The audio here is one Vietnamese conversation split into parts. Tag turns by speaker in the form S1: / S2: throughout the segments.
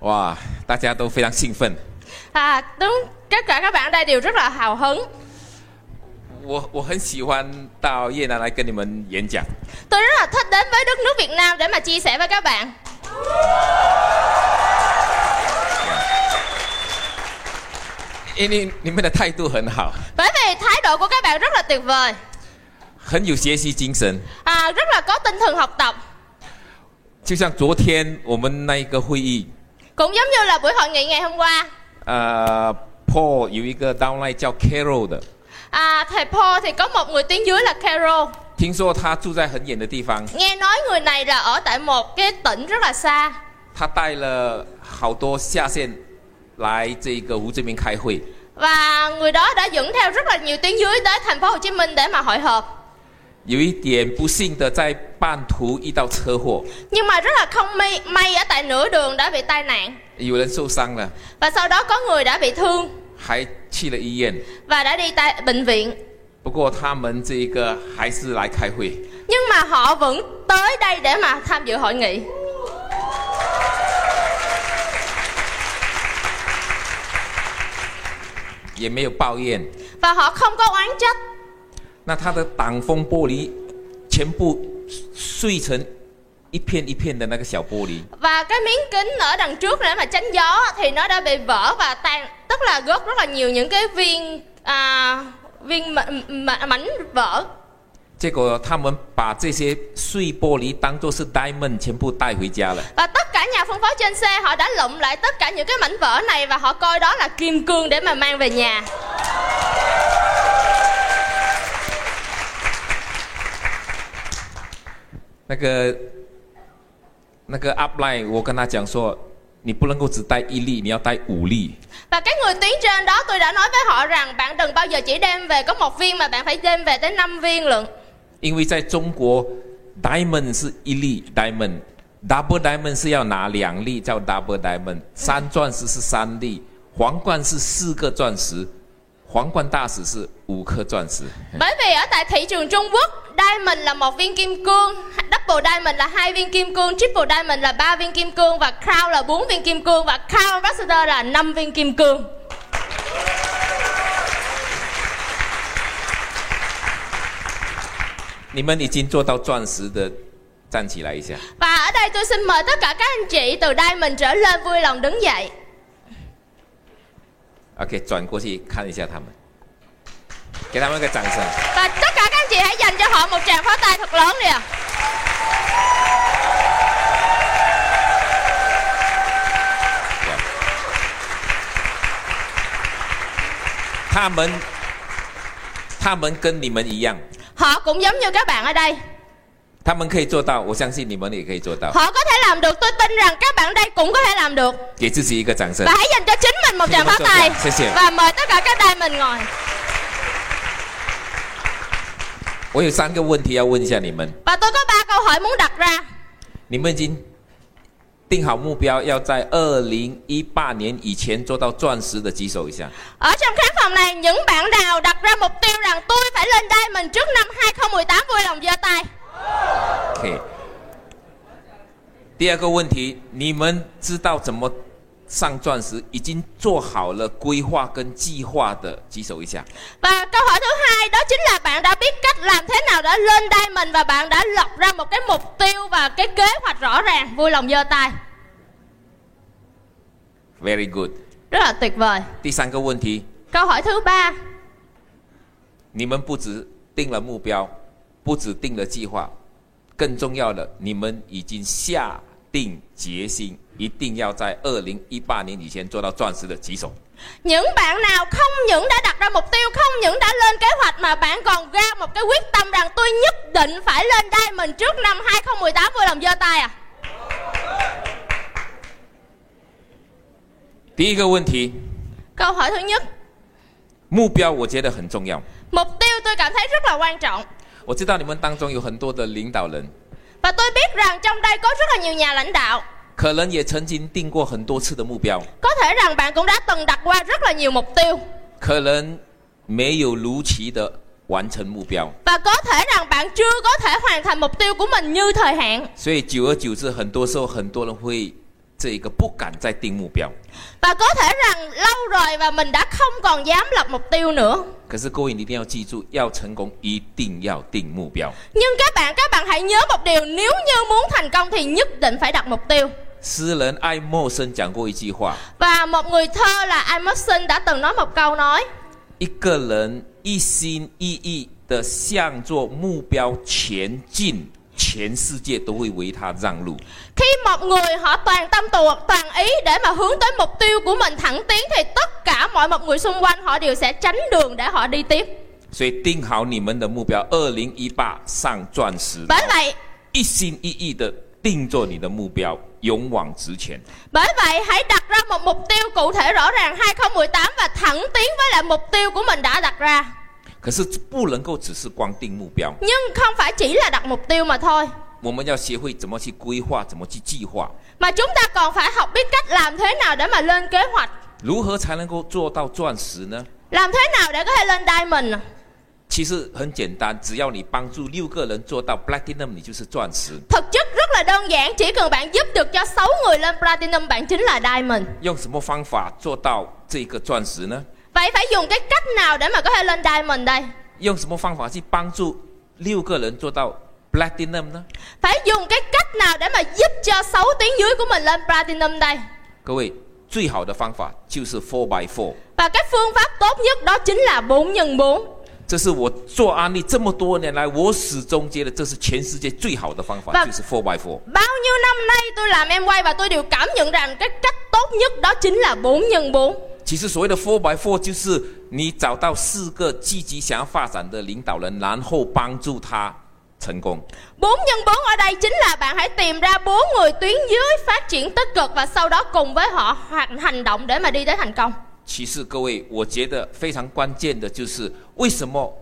S1: Wow,大家都非常兴奋。
S2: À, đúng, tất cả các bạn ở đây đều rất là hào hứng.
S1: 我我很喜欢到越南来跟你们演讲。
S2: Tôi rất là thích đến với đất nước Việt Nam để mà chia sẻ với các bạn.
S1: i 为你们的态度很好，
S2: Bởi vì thái độ của các bạn rất là tuyệt vời,
S1: 很有学习精神。
S2: à, rất là có tinh thần học tập.
S1: 就像昨天我们那一个会议，
S2: Cũng giống như là buổi hội nghị ngày hôm qua,
S1: 呃，Paul 有一个 downline 叫 Carol 的，
S2: à, thầy Paul thì có một người tuyến dưới là Carol.
S1: 听说他住在很远的地方，
S2: Nghe nói người này là ở tại một cái tỉnh rất là xa.
S1: 他带了好多下线来这个湖这边开会。
S2: Và người đó đã dẫn theo rất là nhiều tuyến dưới tới thành phố Hồ Chí Minh để mà hội họp.
S1: 有一点不幸的，在半途遇到车祸，
S2: Nhưng mà rất là không may, may ở tại nửa đường đã bị tai nạn.
S1: 有人受伤了，
S2: Và sau đó có người đã bị thương
S1: 还去了医院。
S2: và đã đi tại bệnh viện.
S1: 不过他们这一个还是来开会。
S2: Nhưng mà họ vẫn tới đây để mà tham dự hội nghị.
S1: 也没有抱怨。
S2: Và họ không có oán trách.
S1: 那他的挡风玻璃全部碎成一片一片的那个小玻璃，
S2: Và cái miếng kính ở đằng trước để mà tránh gió thì nó đã bị vỡ và tan, tức là gót rất là nhiều những cái viên à, viên m- m- mảnh vỡ.
S1: 结果他们把这些碎玻璃当做是 diamond 全部带回家了。
S2: Và tất cả nhà phân phối trên xe họ đã lụm lại tất cả những cái mảnh vỡ này và họ coi đó là kim cương để mà mang về nhà.
S1: 那个那个 upline，我跟他讲说，你不能够只带一粒，你要带五粒。
S2: Và cái người tuyến trên đó tôi đã nói với họ rằng bạn đừng bao giờ chỉ đem về có một viên mà bạn phải đem về tới 5 viên lượng.
S1: 因为在中国，diamond 是一粒 diamond，double diamond 是要拿两粒叫 double diamond，三钻石是三粒，皇冠是四个钻石，皇冠大使是五颗钻石。
S2: Bởi vì ở tại thị trường Trung Quốc, diamond là một viên kim cương, double diamond là hai viên kim cương, triple diamond là ba viên kim cương và crown là bốn viên kim cương và crown ambassador là 5 viên kim cương.
S1: 你们已经做到钻石的，站起来一下。
S2: Và ở đây tôi xin mời tất cả các anh chị từ diamond trở lên vui lòng đứng dậy.
S1: OK，转过去看一下他们，给他们一个掌声。
S2: Và tất cả các anh chị hãy dành cho họ một tràng pháo tay thật lớn đi ạ.
S1: Yeah. 他们，他们跟你们一样，
S2: Họ cũng giống như các bạn ở đây.
S1: 他们可以做到，我相信你们也可以做到。
S2: Họ có thể làm được, tôi tin rằng các bạn ở đây cũng có thể làm được.
S1: 给自己一个掌声
S2: Và。hãy dành cho chính mình một
S1: Xin cảm
S2: tràng pháo
S1: ơn các
S2: tay.
S1: bạn. Xin xin.
S2: Và mời tất cả các diamond ngồi.
S1: 我有三个问题要问一下你们，
S2: Và tôi có ba câu hỏi muốn đặt ra.
S1: 你们已经定好目标，要在二零一八年以前做到钻石的，举手一下。
S2: Ở trong khán phòng này, những bạn nào đặt ra mục tiêu rằng tôi phải lên diamond trước năm 2018 vui lòng giơ tay.
S1: OK。第二个问题，你们知道怎么上钻石，已经做好了规划跟计划的，举手一下。
S2: Và câu hỏi thứ hai đó chính là bạn đã biết cách làm thế nào để lên diamond và bạn đã lọc ra một cái mục tiêu và cái kế hoạch rõ ràng, vui lòng giơ tay.
S1: Very good。
S2: Rất là tuyệt vời.
S1: 第三个问题，
S2: Câu hỏi thứ ba,
S1: 你们不只定了目标，不只定了计划，更重要的，你们已经下定决心，一定要在二零一八年以前做到钻石的棘手。
S2: những bạn nào không những đã đặt ra mục tiêu, không những đã lên kế hoạch mà bạn còn ra một cái quyết tâm rằng tôi nhất định phải lên diamond trước năm 2018 vui lòng giơ tay à?
S1: 第一个问题，
S2: Câu hỏi thứ nhất,
S1: 目标我觉得很重要。
S2: mục tiêu tôi cảm thấy rất là quan trọng.
S1: 我知道你们当中有很多的领导人，
S2: Và tôi biết rằng trong đây có rất là nhiều nhà lãnh đạo
S1: 可能也曾经定过很多次的目标，
S2: Có thể rằng bạn cũng đã từng đặt qua rất là nhiều mục tiêu
S1: 可能没有如期的完成目标，
S2: Và có thể rằng bạn chưa có thể hoàn thành mục tiêu của mình như thời hạn
S1: 所以久而久之，很多时候很多人会这一个不敢再定目标。
S2: Và có thể rằng lâu rồi và mình đã không còn dám lập mục tiêu nữa.
S1: 可是各位，你一定要记住，要成功一定要定目标。
S2: Nhưng các bạn, các bạn hãy nhớ một điều, nếu như muốn thành công thì nhất định phải đặt mục tiêu.
S1: 诗人爱默生讲过一句话：
S2: Và một người thơ là Emerson đã từng nói một câu nói
S1: 一个人一心一意的向着目标前进，全世界都会为他让路。
S2: Khi một người họ toàn tâm tù, toàn ý để mà hướng tới mục tiêu của mình thẳng tiến Thì tất cả mọi một người xung quanh họ đều sẽ tránh đường để họ đi tiếp
S1: 所以定好你们的目标，二零一八上钻石，
S2: Bởi vậy,
S1: 一心一意的定做你的目标，勇往直前。
S2: bởi vậy hãy đặt ra một mục tiêu cụ thể rõ ràng 2018 và thẳng tiến với lại mục tiêu của mình đã đặt ra
S1: 可是不能够只是光定目标，
S2: Nhưng không phải chỉ là đặt mục tiêu mà thôi
S1: 我们要学会怎么去规划，怎么去计划，
S2: Mà chúng ta còn phải học biết cách làm thế nào để mà lên kế hoạch
S1: 如何才能够做到钻石呢？
S2: Làm thế nào để có thể lên diamond
S1: 其实很简单，只要你帮助六个人做到 platinum，你就是钻石。
S2: Thực chất rất là đơn giản Chỉ cần bạn giúp được cho 6 người lên platinum Bạn chính là diamond
S1: 用什么方法做到这个钻石呢？
S2: Vậy phải dùng cái cách nào để mà có thể lên diamond đây?
S1: 用什么方法去帮助六个人做到 platinum 呢？
S2: Phải dùng cái cách nào để mà giúp cho 6 tiếng dưới của mình lên platinum đây?
S1: 各位，最好的方法就是 four by four。
S2: Và cái phương pháp tốt nhất đó chính là 4 x 4
S1: 这是我做安利这么多年来，我始终觉得这是全世界最好的方法，
S2: 那
S1: 就是 four by four。
S2: Bao nhiêu năm nay tôi làm em quay và tôi đều cảm nhận rằng cái cách tốt nhất đó chính là 4 x 4
S1: 其实所谓的 four by four 就是你找到四个积极想要发展的领导人，然后帮助他成功。
S2: 4 x 4 ở đây chính là bạn hãy tìm ra bốn người tuyến dưới phát triển tích cực và sau đó cùng với họ hành hành động để mà đi tới thành công.
S1: 其实各位，我觉得非常关键的就是为什么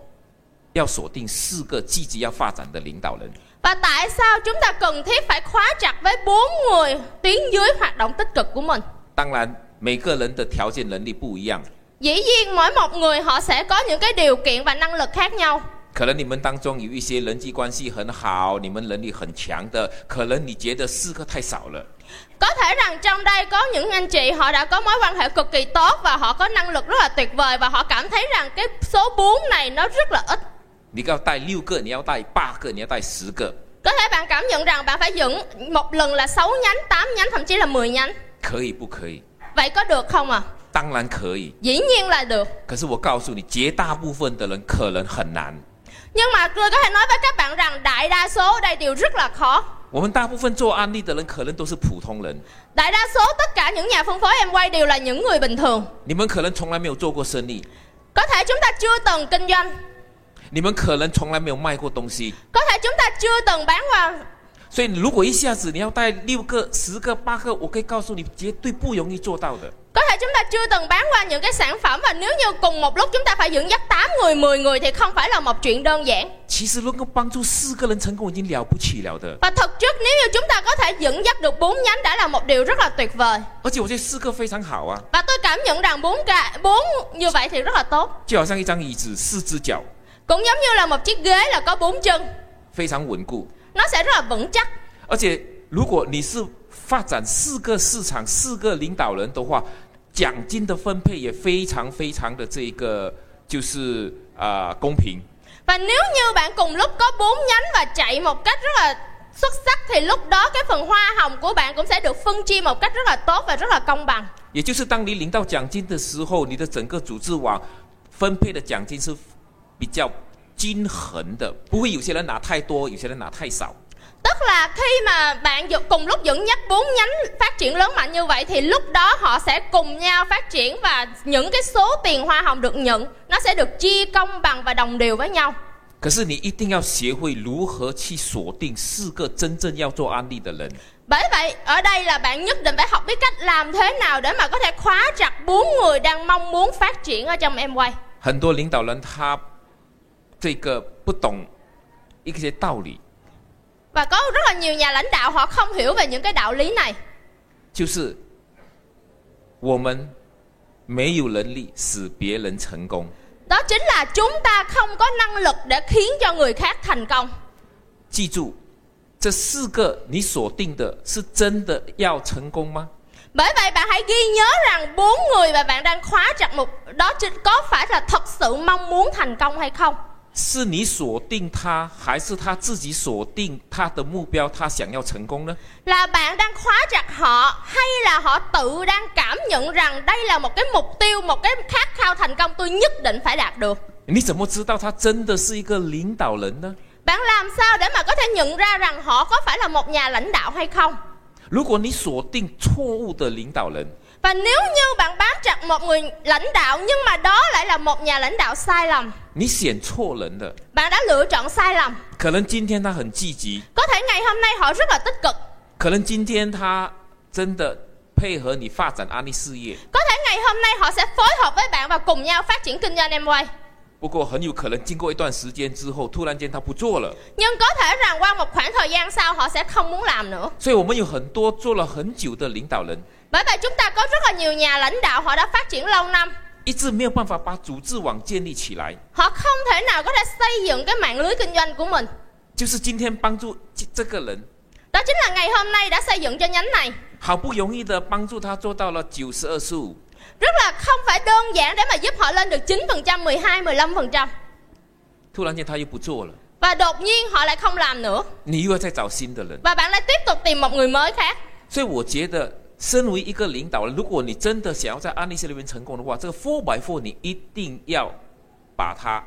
S1: 要锁定四个积极要发展的领导人？
S2: Và tại sao chúng ta cần thiết phải khóa chặt với bốn người tuyến dưới hoạt động tích cực của mình?
S1: 当然，每个人的条件能力不一样，
S2: Dĩ nhiên mỗi một người họ sẽ có những cái điều kiện và năng lực khác nhau
S1: 可能你们当中有一些人际关系很好，你们能力很强的，可能你觉得四个太少了。
S2: Có thể rằng trong đây có những anh chị họ đã có mối quan hệ cực kỳ tốt Và họ có năng lực rất là tuyệt vời Và họ cảm thấy rằng cái số 4 này nó rất là ít
S1: 你要带六个，你要带八个，你要带十个，
S2: Có thể bạn cảm nhận rằng bạn phải dựng một lần là 6 nhánh, 8 nhánh, thậm chí là 10 nhánh
S1: 可以不可以？
S2: Vậy có được không à?
S1: 当然可以。
S2: Dĩ nhiên là được
S1: 可是我告诉你，绝大部分的人可能很难。
S2: Nhưng mà tôi có thể nói với các bạn rằng đại đa số ở đây đều rất là khó
S1: 我们大部分做安利的人，可能都是普通人。
S2: Đại đa số tất cả những nhà phân phối em quay đều là những người bình thường
S1: 你们可能从来没有做过生意，
S2: Có thể chúng ta chưa từng kinh doanh
S1: 你们可能从来没有卖过东西。
S2: Có thể chúng ta chưa từng bán qua
S1: 所以，如果一下子你要带六个、十个、八个，我可以告诉你，绝对不容易做到的。
S2: Có thể chúng ta chưa từng bán qua những cái sản phẩm Và nếu như cùng một lúc chúng ta phải dẫn dắt 8 người, 10 người Thì không phải là một chuyện đơn giản
S1: 其实，能够帮助四个人成功已经了不起了的。
S2: Và thực chất nếu như chúng ta có thể dẫn dắt được 4 nhánh Đã là một điều rất là tuyệt vời
S1: 而且，我觉得四个非常好啊，
S2: Và tôi cảm nhận rằng 4, cả, 4 như vậy thì rất là tốt
S1: 就好像一张椅子，四只脚，
S2: Cũng giống như là một chiếc ghế là có 4 chân
S1: 非常稳固。
S2: Nó sẽ rất là vững chắc
S1: 而且，如果你是发展四个市场、四个领导人的话，奖金的分配也非常非常的这个就是啊、呃公平。
S2: Và nếu như bạn cùng lúc có 4 nhánh và chạy một cách rất là xuất sắc Thì lúc đó cái phần hoa hồng của bạn cũng sẽ được phân chia một cách rất là tốt và rất là công bằng
S1: 也就是当你领到奖金的时候，你的整个组织网分配的奖金是比较均衡的，不会有些人拿太多，有些人拿太少。
S2: Tức là khi mà bạn dự- cùng lúc dẫn dắt bốn nhánh phát triển lớn mạnh như vậy thì lúc đó họ sẽ cùng nhau phát triển và những cái số tiền hoa hồng được nhận nó sẽ được chia công bằng và đồng đều với nhau.
S1: 可是你一定要学会如何去锁定四个真正要做安利的人。
S2: Bởi vậy, ở đây là bạn nhất định phải học biết cách làm thế nào để mà có thể khóa chặt bốn người đang mong muốn phát triển ở trong em quay.
S1: 很多领导人他这个不懂一些道理，
S2: Và có rất là nhiều nhà lãnh đạo họ không hiểu về những cái đạo lý này.
S1: 就是我们没有能力使别人成功，
S2: Đó chính là chúng ta không có năng lực để khiến cho người khác thành công.
S1: 记住，这四个你锁定的是真的要成功吗？
S2: Bởi vậy bạn hãy ghi nhớ rằng bốn người mà bạn đang khóa chặt mục đó chứ có phải là thật sự mong muốn thành công hay không?
S1: 是你锁定他，还是他自己锁定他的目标，他想要成功呢？
S2: Là bạn đang khóa chặt họ hay là họ tự đang cảm nhận rằng đây là một cái mục tiêu, một cái khát khao thành công tôi nhất định phải đạt được.
S1: 你怎么知道他真的是一个领导人呢？
S2: Bạn làm sao để mà có thể nhận ra rằng họ có phải là một nhà lãnh đạo hay không?
S1: 如果你锁定错误的领导人，
S2: Và nếu như bạn bám chặt một người lãnh đạo nhưng mà đó lại là một nhà lãnh đạo sai lầm,
S1: 你选错人了。
S2: bạn đã lựa chọn sai lầm.
S1: 可能今天他很积极，
S2: Có thể ngày hôm nay họ rất là tích cực,
S1: 可能今天他真的配合你发展安利事业，
S2: có thể ngày hôm nay họ sẽ phối hợp với bạn và cùng nhau phát triển kinh doanh em quay.
S1: 不过很有可能经过一段时间之后，突然间他不做了。
S2: Nhưng có thể rằng qua một khoảng thời gian sau họ sẽ không muốn làm nữa.
S1: 所以我们有很多做了很久的领导人，
S2: Bởi vậy chúng ta có rất là nhiều nhà lãnh đạo họ đã phát triển lâu năm.
S1: 一直没有办法把组织网建立起来。
S2: Họ không thể nào có thể xây dựng cái mạng lưới kinh doanh của mình.
S1: 就是今天帮助这这个人，
S2: Đó chính là ngày hôm nay đã xây dựng cho nhánh này.
S1: 好不容易的帮助他做到了九十二十五，
S2: Rất là không phải đơn giản để mà giúp họ lên được 9%, 12, 15%.
S1: 突然间他又不做了，
S2: Và đột nhiên họ lại không làm nữa.
S1: 你又要再找新的人。
S2: Và bạn lại tiếp tục tìm một người mới khác.
S1: 所以我觉得，身为一个领导人，如果你真的想要在安利社里面成功的话，这个 four by four 你一定要把它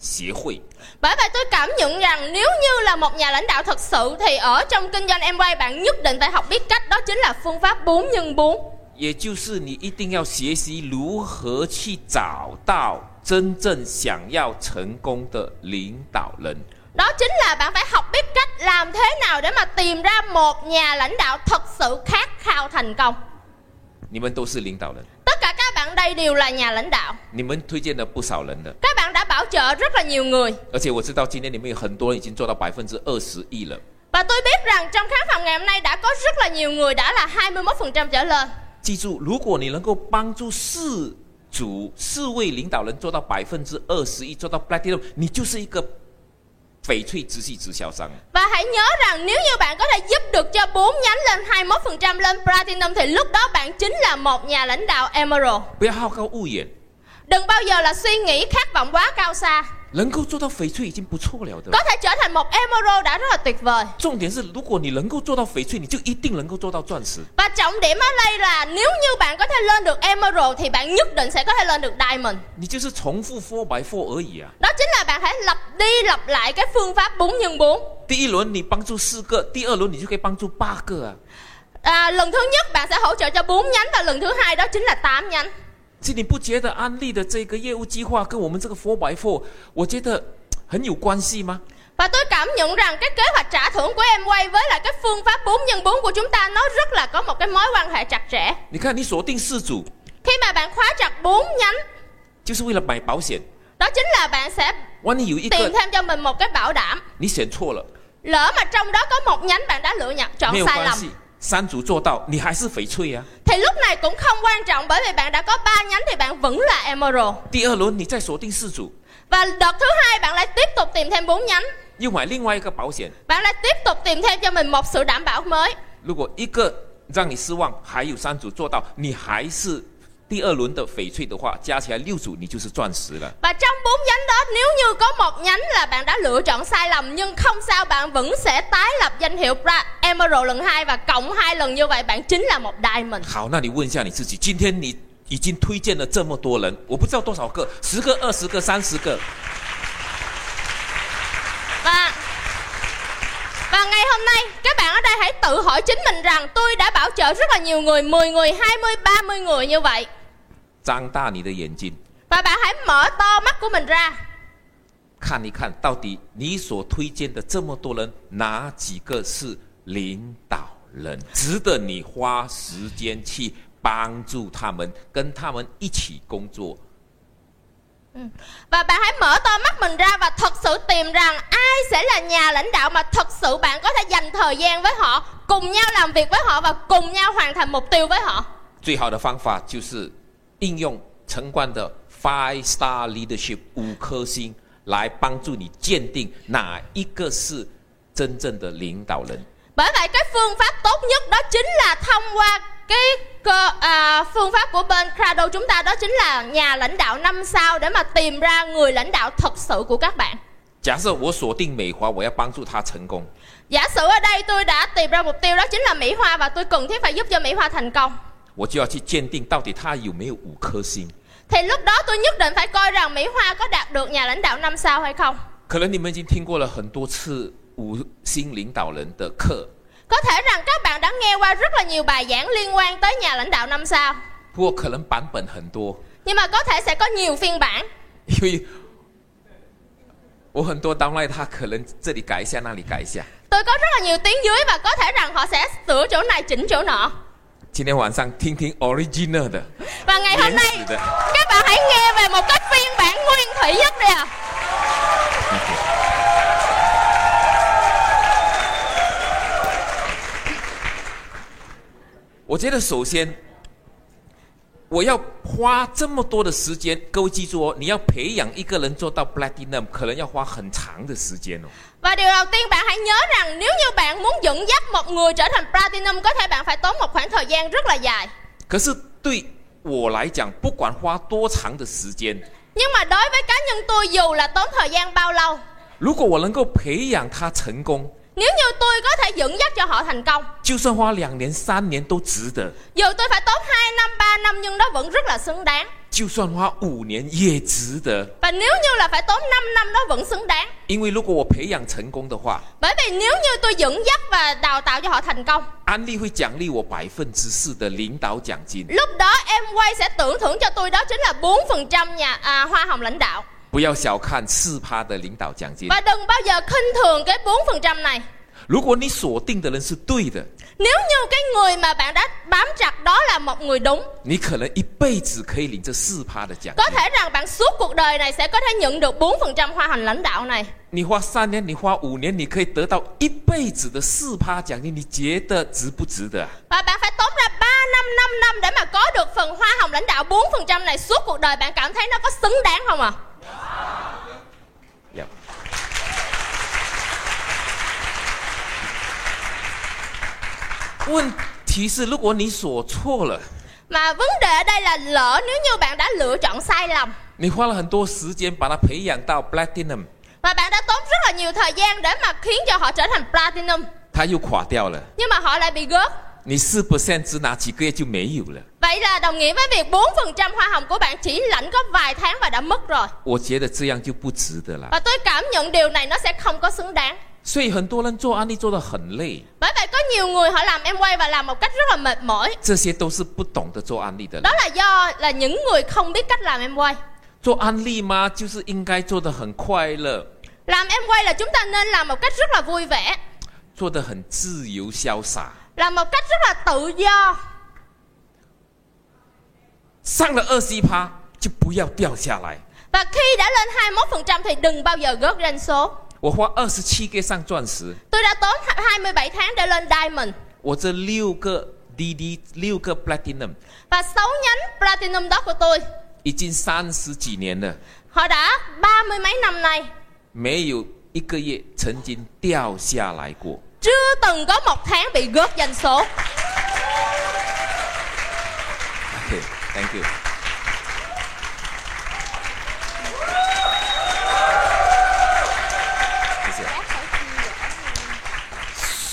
S1: 学会。
S2: Bởi vậy tôi cảm nhận rằng nếu như là một nhà lãnh đạo thật sự thì ở trong kinh doanh em quay bạn nhất định phải học biết cách đó chính là phương pháp 4 nhân 4.
S1: 也就是你一定要学习如何去找到真正想要成功的领导人。
S2: Đó chính là bạn phải học biết cách làm thế nào để mà tìm ra một nhà lãnh đạo thật sự khát khao thành công.
S1: 你们都是领导人，
S2: Tất cả các bạn đây đều là nhà lãnh đạo.
S1: 你们推荐了不少人的，
S2: Các bạn đã bảo trợ rất là nhiều người
S1: 而且我知道今天你们有很多人已经做到百分之二十亿了。
S2: và tôi biết rằng trong khán phòng ngày hôm nay đã có rất là nhiều người đã là 21% trở lên.
S1: 记住，如果你能够帮助四组四位领导人做到百分之二十一，做到 platinum，你就是一个翡翠直系直销商。
S2: Và hãy nhớ rằng nếu như bạn có thể giúp được cho 4 nhánh lên 21% lên Platinum thì lúc đó bạn chính là một nhà lãnh đạo Emerald.
S1: 不要好高骛远，
S2: Đừng bao giờ là suy nghĩ khát vọng quá cao xa.
S1: 能够做到翡翠已经不错了的。
S2: Có thể trở thành một Emerald đã rất là tuyệt vời.
S1: 重点是，如果你能够做到翡翠，你就一定能够做到钻石。
S2: Và trọng điểm ở đây là nếu như bạn có thể lên được Emerald thì bạn nhất định sẽ có thể lên được Diamond.
S1: 你就是重复 four by four 而已啊。
S2: Đó chính là bạn hãy lặp đi lặp lại cái phương pháp 4 x 4.
S1: 第一轮你帮助四个，第二轮你就可以帮助八个啊。
S2: À, lần thứ nhất bạn sẽ hỗ trợ cho 4 nhánh và lần thứ hai đó chính là 8 nhánh.
S1: 其实你不觉得安利的这个业务计划跟我们这个 four by four，我觉得嘖很有关系吗？
S2: Và tôi cảm nhận rằng cái kế hoạch trả thưởng của em quay với lại cái phương pháp 4 x 4 của chúng ta nó rất là có một cái mối quan hệ chặt chẽ.
S1: 你看，你锁定四组，
S2: Khi mà bạn khóa chặt 4 nhánh,
S1: 就是为了买保险。
S2: đó chính là bạn sẽ
S1: 万一有一个
S2: tìm thêm cho mình một cái bảo đảm.
S1: 你选错了，
S2: Lỡ mà trong đó có một nhánh bạn đã lựa nhận chọn
S1: 没有
S2: sai
S1: 关
S2: lầm
S1: 系，三组做到，你还是翡翠啊。
S2: thì lúc này cũng không quan trọng bởi vì bạn đã có 3 nhánh thì bạn vẫn là emerald.
S1: 第二轮你再锁定四组，
S2: Và đợt thứ hai bạn lại tiếp tục tìm thêm 4 nhánh.
S1: 又买另外一个保险。
S2: Bạn lại tiếp tục tìm thêm cho mình một sự đảm bảo mới.
S1: 如果一个让你失望，还有三组做到，你还是第二轮的翡翠的话，加起来六组你就是钻石了。
S2: Và trong bốn nhánh đó nếu như có một nhánh là bạn đã lựa chọn sai lầm nhưng không sao bạn vẫn sẽ tái lập danh hiệu ra Emerald lần 2 và cộng hai lần như vậy bạn chính là một diamond.
S1: 好，那你问一下你自己，今天你已经推荐了这么多人，我不知道多少个，十个、二十个、三十个，
S2: Và và ngày hôm nay các bạn ở đây hãy tự hỏi chính mình rằng tôi đã bảo trợ rất là nhiều người 10 người, 20, 30 người như vậy.
S1: 张大你的眼睛，
S2: Và bạn hãy mở to mắt của mình ra
S1: 看一看到底你所推荐的这么多人，哪几个是领导人，值得你花时间去帮助他们，跟他们一起工作。
S2: và bạn hãy mở to mắt mình ra và thật sự tìm rằng ai sẽ là nhà lãnh đạo mà thật sự bạn có thể dành thời gian với họ, cùng nhau làm việc với họ và cùng nhau hoàn thành mục tiêu với họ.
S1: 最好的方法就是应用陈冠的 Five Star Leadership 五颗星来帮助你鉴定哪一个是真正的领导人。
S2: Bởi vậy cái phương pháp tốt nhất đó chính là thông qua cái cơ, à, phương pháp của bên Crado chúng ta đó chính là nhà lãnh đạo năm sao để mà tìm ra người lãnh đạo thật sự của các bạn.
S1: 假设我锁定美华，我要帮助他成功，
S2: Giả sử ở đây tôi đã tìm ra mục tiêu đó chính là Mỹ Hoa và tôi cần thiết phải giúp cho Mỹ Hoa thành công.
S1: 我就要去鉴定到底他有没有五颗星。
S2: Thì lúc đó tôi nhất định phải coi rằng Mỹ Hoa có đạt được nhà lãnh đạo năm sao hay không.
S1: 可能你们已经听过了很多次五星领导人的课，
S2: Có thể rằng các bạn đã nghe qua rất là nhiều bài giảng liên quan tới nhà lãnh đạo năm sao.
S1: 不过可能版本很多，
S2: Nhưng mà có thể sẽ có nhiều phiên bản.
S1: 因为我很多 downline 他可能这里改一下，那里改一下。
S2: Tôi có rất là nhiều tiếng dưới và có thể rằng họ sẽ sửa chỗ này chỉnh chỗ nọ.
S1: 今天晚上听听 original 的
S2: Và ngày hôm
S1: 原
S2: nay
S1: 始的。
S2: các bạn hãy nghe về một cái phiên bản nguyên thủy nhất đi ạ.
S1: 我觉得首先，我要花这么多的时间，各位记住哦，你要培养一个人做到 platinum，可能要花很长的时间哦。
S2: Và điều đầu tiên bạn hãy nhớ rằng nếu như bạn muốn dẫn dắt một người trở thành platinum có thể bạn phải tốn một khoảng thời gian rất là dài.
S1: 可是对我来讲，不管花多长的时间，
S2: Nhưng mà đối với cá nhân tôi dù là tốn thời gian bao lâu,
S1: 如果我能够培养他成功，
S2: nếu như tôi có thể dẫn dắt cho họ thành công,
S1: 就算花两年、三年都值得，
S2: dù tôi phải tốn 2 năm, 3 năm nhưng đó vẫn rất là xứng đáng.
S1: 就算花五年也值得。
S2: Và nếu như là phải tốn 5 năm đó vẫn xứng đáng.
S1: 因为如果我培养成功的话，
S2: Bởi vì nếu như tôi dẫn dắt và đào tạo cho họ thành công,
S1: 安利会奖励我百分之四的领导奖金。
S2: lúc đó em quay sẽ tưởng thưởng cho tôi đó chính là 4% nhà à, hoa hồng lãnh đạo.
S1: 不要小看四趴的领导奖金。
S2: Và đừng bao giờ khinh thường cái 4% này.
S1: 如果你锁定的人是对的，
S2: Nếu như cái người mà bạn đã bám chặt đó là một người đúng,
S1: 你可能一辈子可以领这四趴的奖
S2: có
S1: 金。
S2: thể rằng bạn suốt cuộc đời này sẽ có thể nhận được 4% hoa hồng lãnh đạo này.
S1: 你花三年，你花五年，你可以得到一辈子的四趴奖金，你觉得值不值得啊？
S2: Và bạn phải tốn ra 3 năm, 5 năm để mà có được phần hoa hồng lãnh đạo 4% này suốt cuộc đời bạn cảm thấy nó có xứng đáng không ạ? À?
S1: 要。问题是，如果你所错了，
S2: Mà vấn đề ở đây là lỡ nếu như bạn đã lựa chọn sai lầm
S1: 你花了很多时间把它培养到 platinum，
S2: và bạn đã tốn rất là nhiều thời gian để mà khiến cho họ trở thành platinum
S1: 它又垮掉了，
S2: nhưng mà họ lại bị gớt.
S1: 你四 percent 只拿几个月就没有了。
S2: Vậy là đồng nghĩa với việc 4% hoa hồng của bạn chỉ lãnh có vài tháng và đã mất rồi.
S1: 我觉得这样就不值得了。
S2: Và tôi cảm nhận điều này nó sẽ không có xứng đáng.
S1: 所以很多人做安利做得很累，
S2: Bởi vậy có nhiều người họ làm em quay và làm một cách rất là mệt mỏi.
S1: 这些都是不懂得做安利的人
S2: Đó。là do là những người không biết cách làm em quay.
S1: 做安利吗？就是应该做得很快乐，
S2: Làm em quay là chúng ta nên làm một cách rất là vui vẻ,
S1: 做得很自由潇洒。
S2: làm một cách rất là tự do.
S1: 上了二十一趴就不要掉下来。
S2: Và khi đã lên 21% thì đừng bao giờ gớt doanh số.
S1: 我花二十七个上钻石，
S2: Tôi đã tốn 27 tháng để lên Diamond
S1: 我这六个 DD 六个 Platinum，
S2: và 6 nhánh Platinum đó của tôi.
S1: 已经三十几年了，
S2: Họ đã ba mươi mấy năm nay
S1: 没有一个月曾经掉下来过。
S2: chưa từng có một tháng bị gớt doanh số.
S1: OK，Thank、you。谢谢。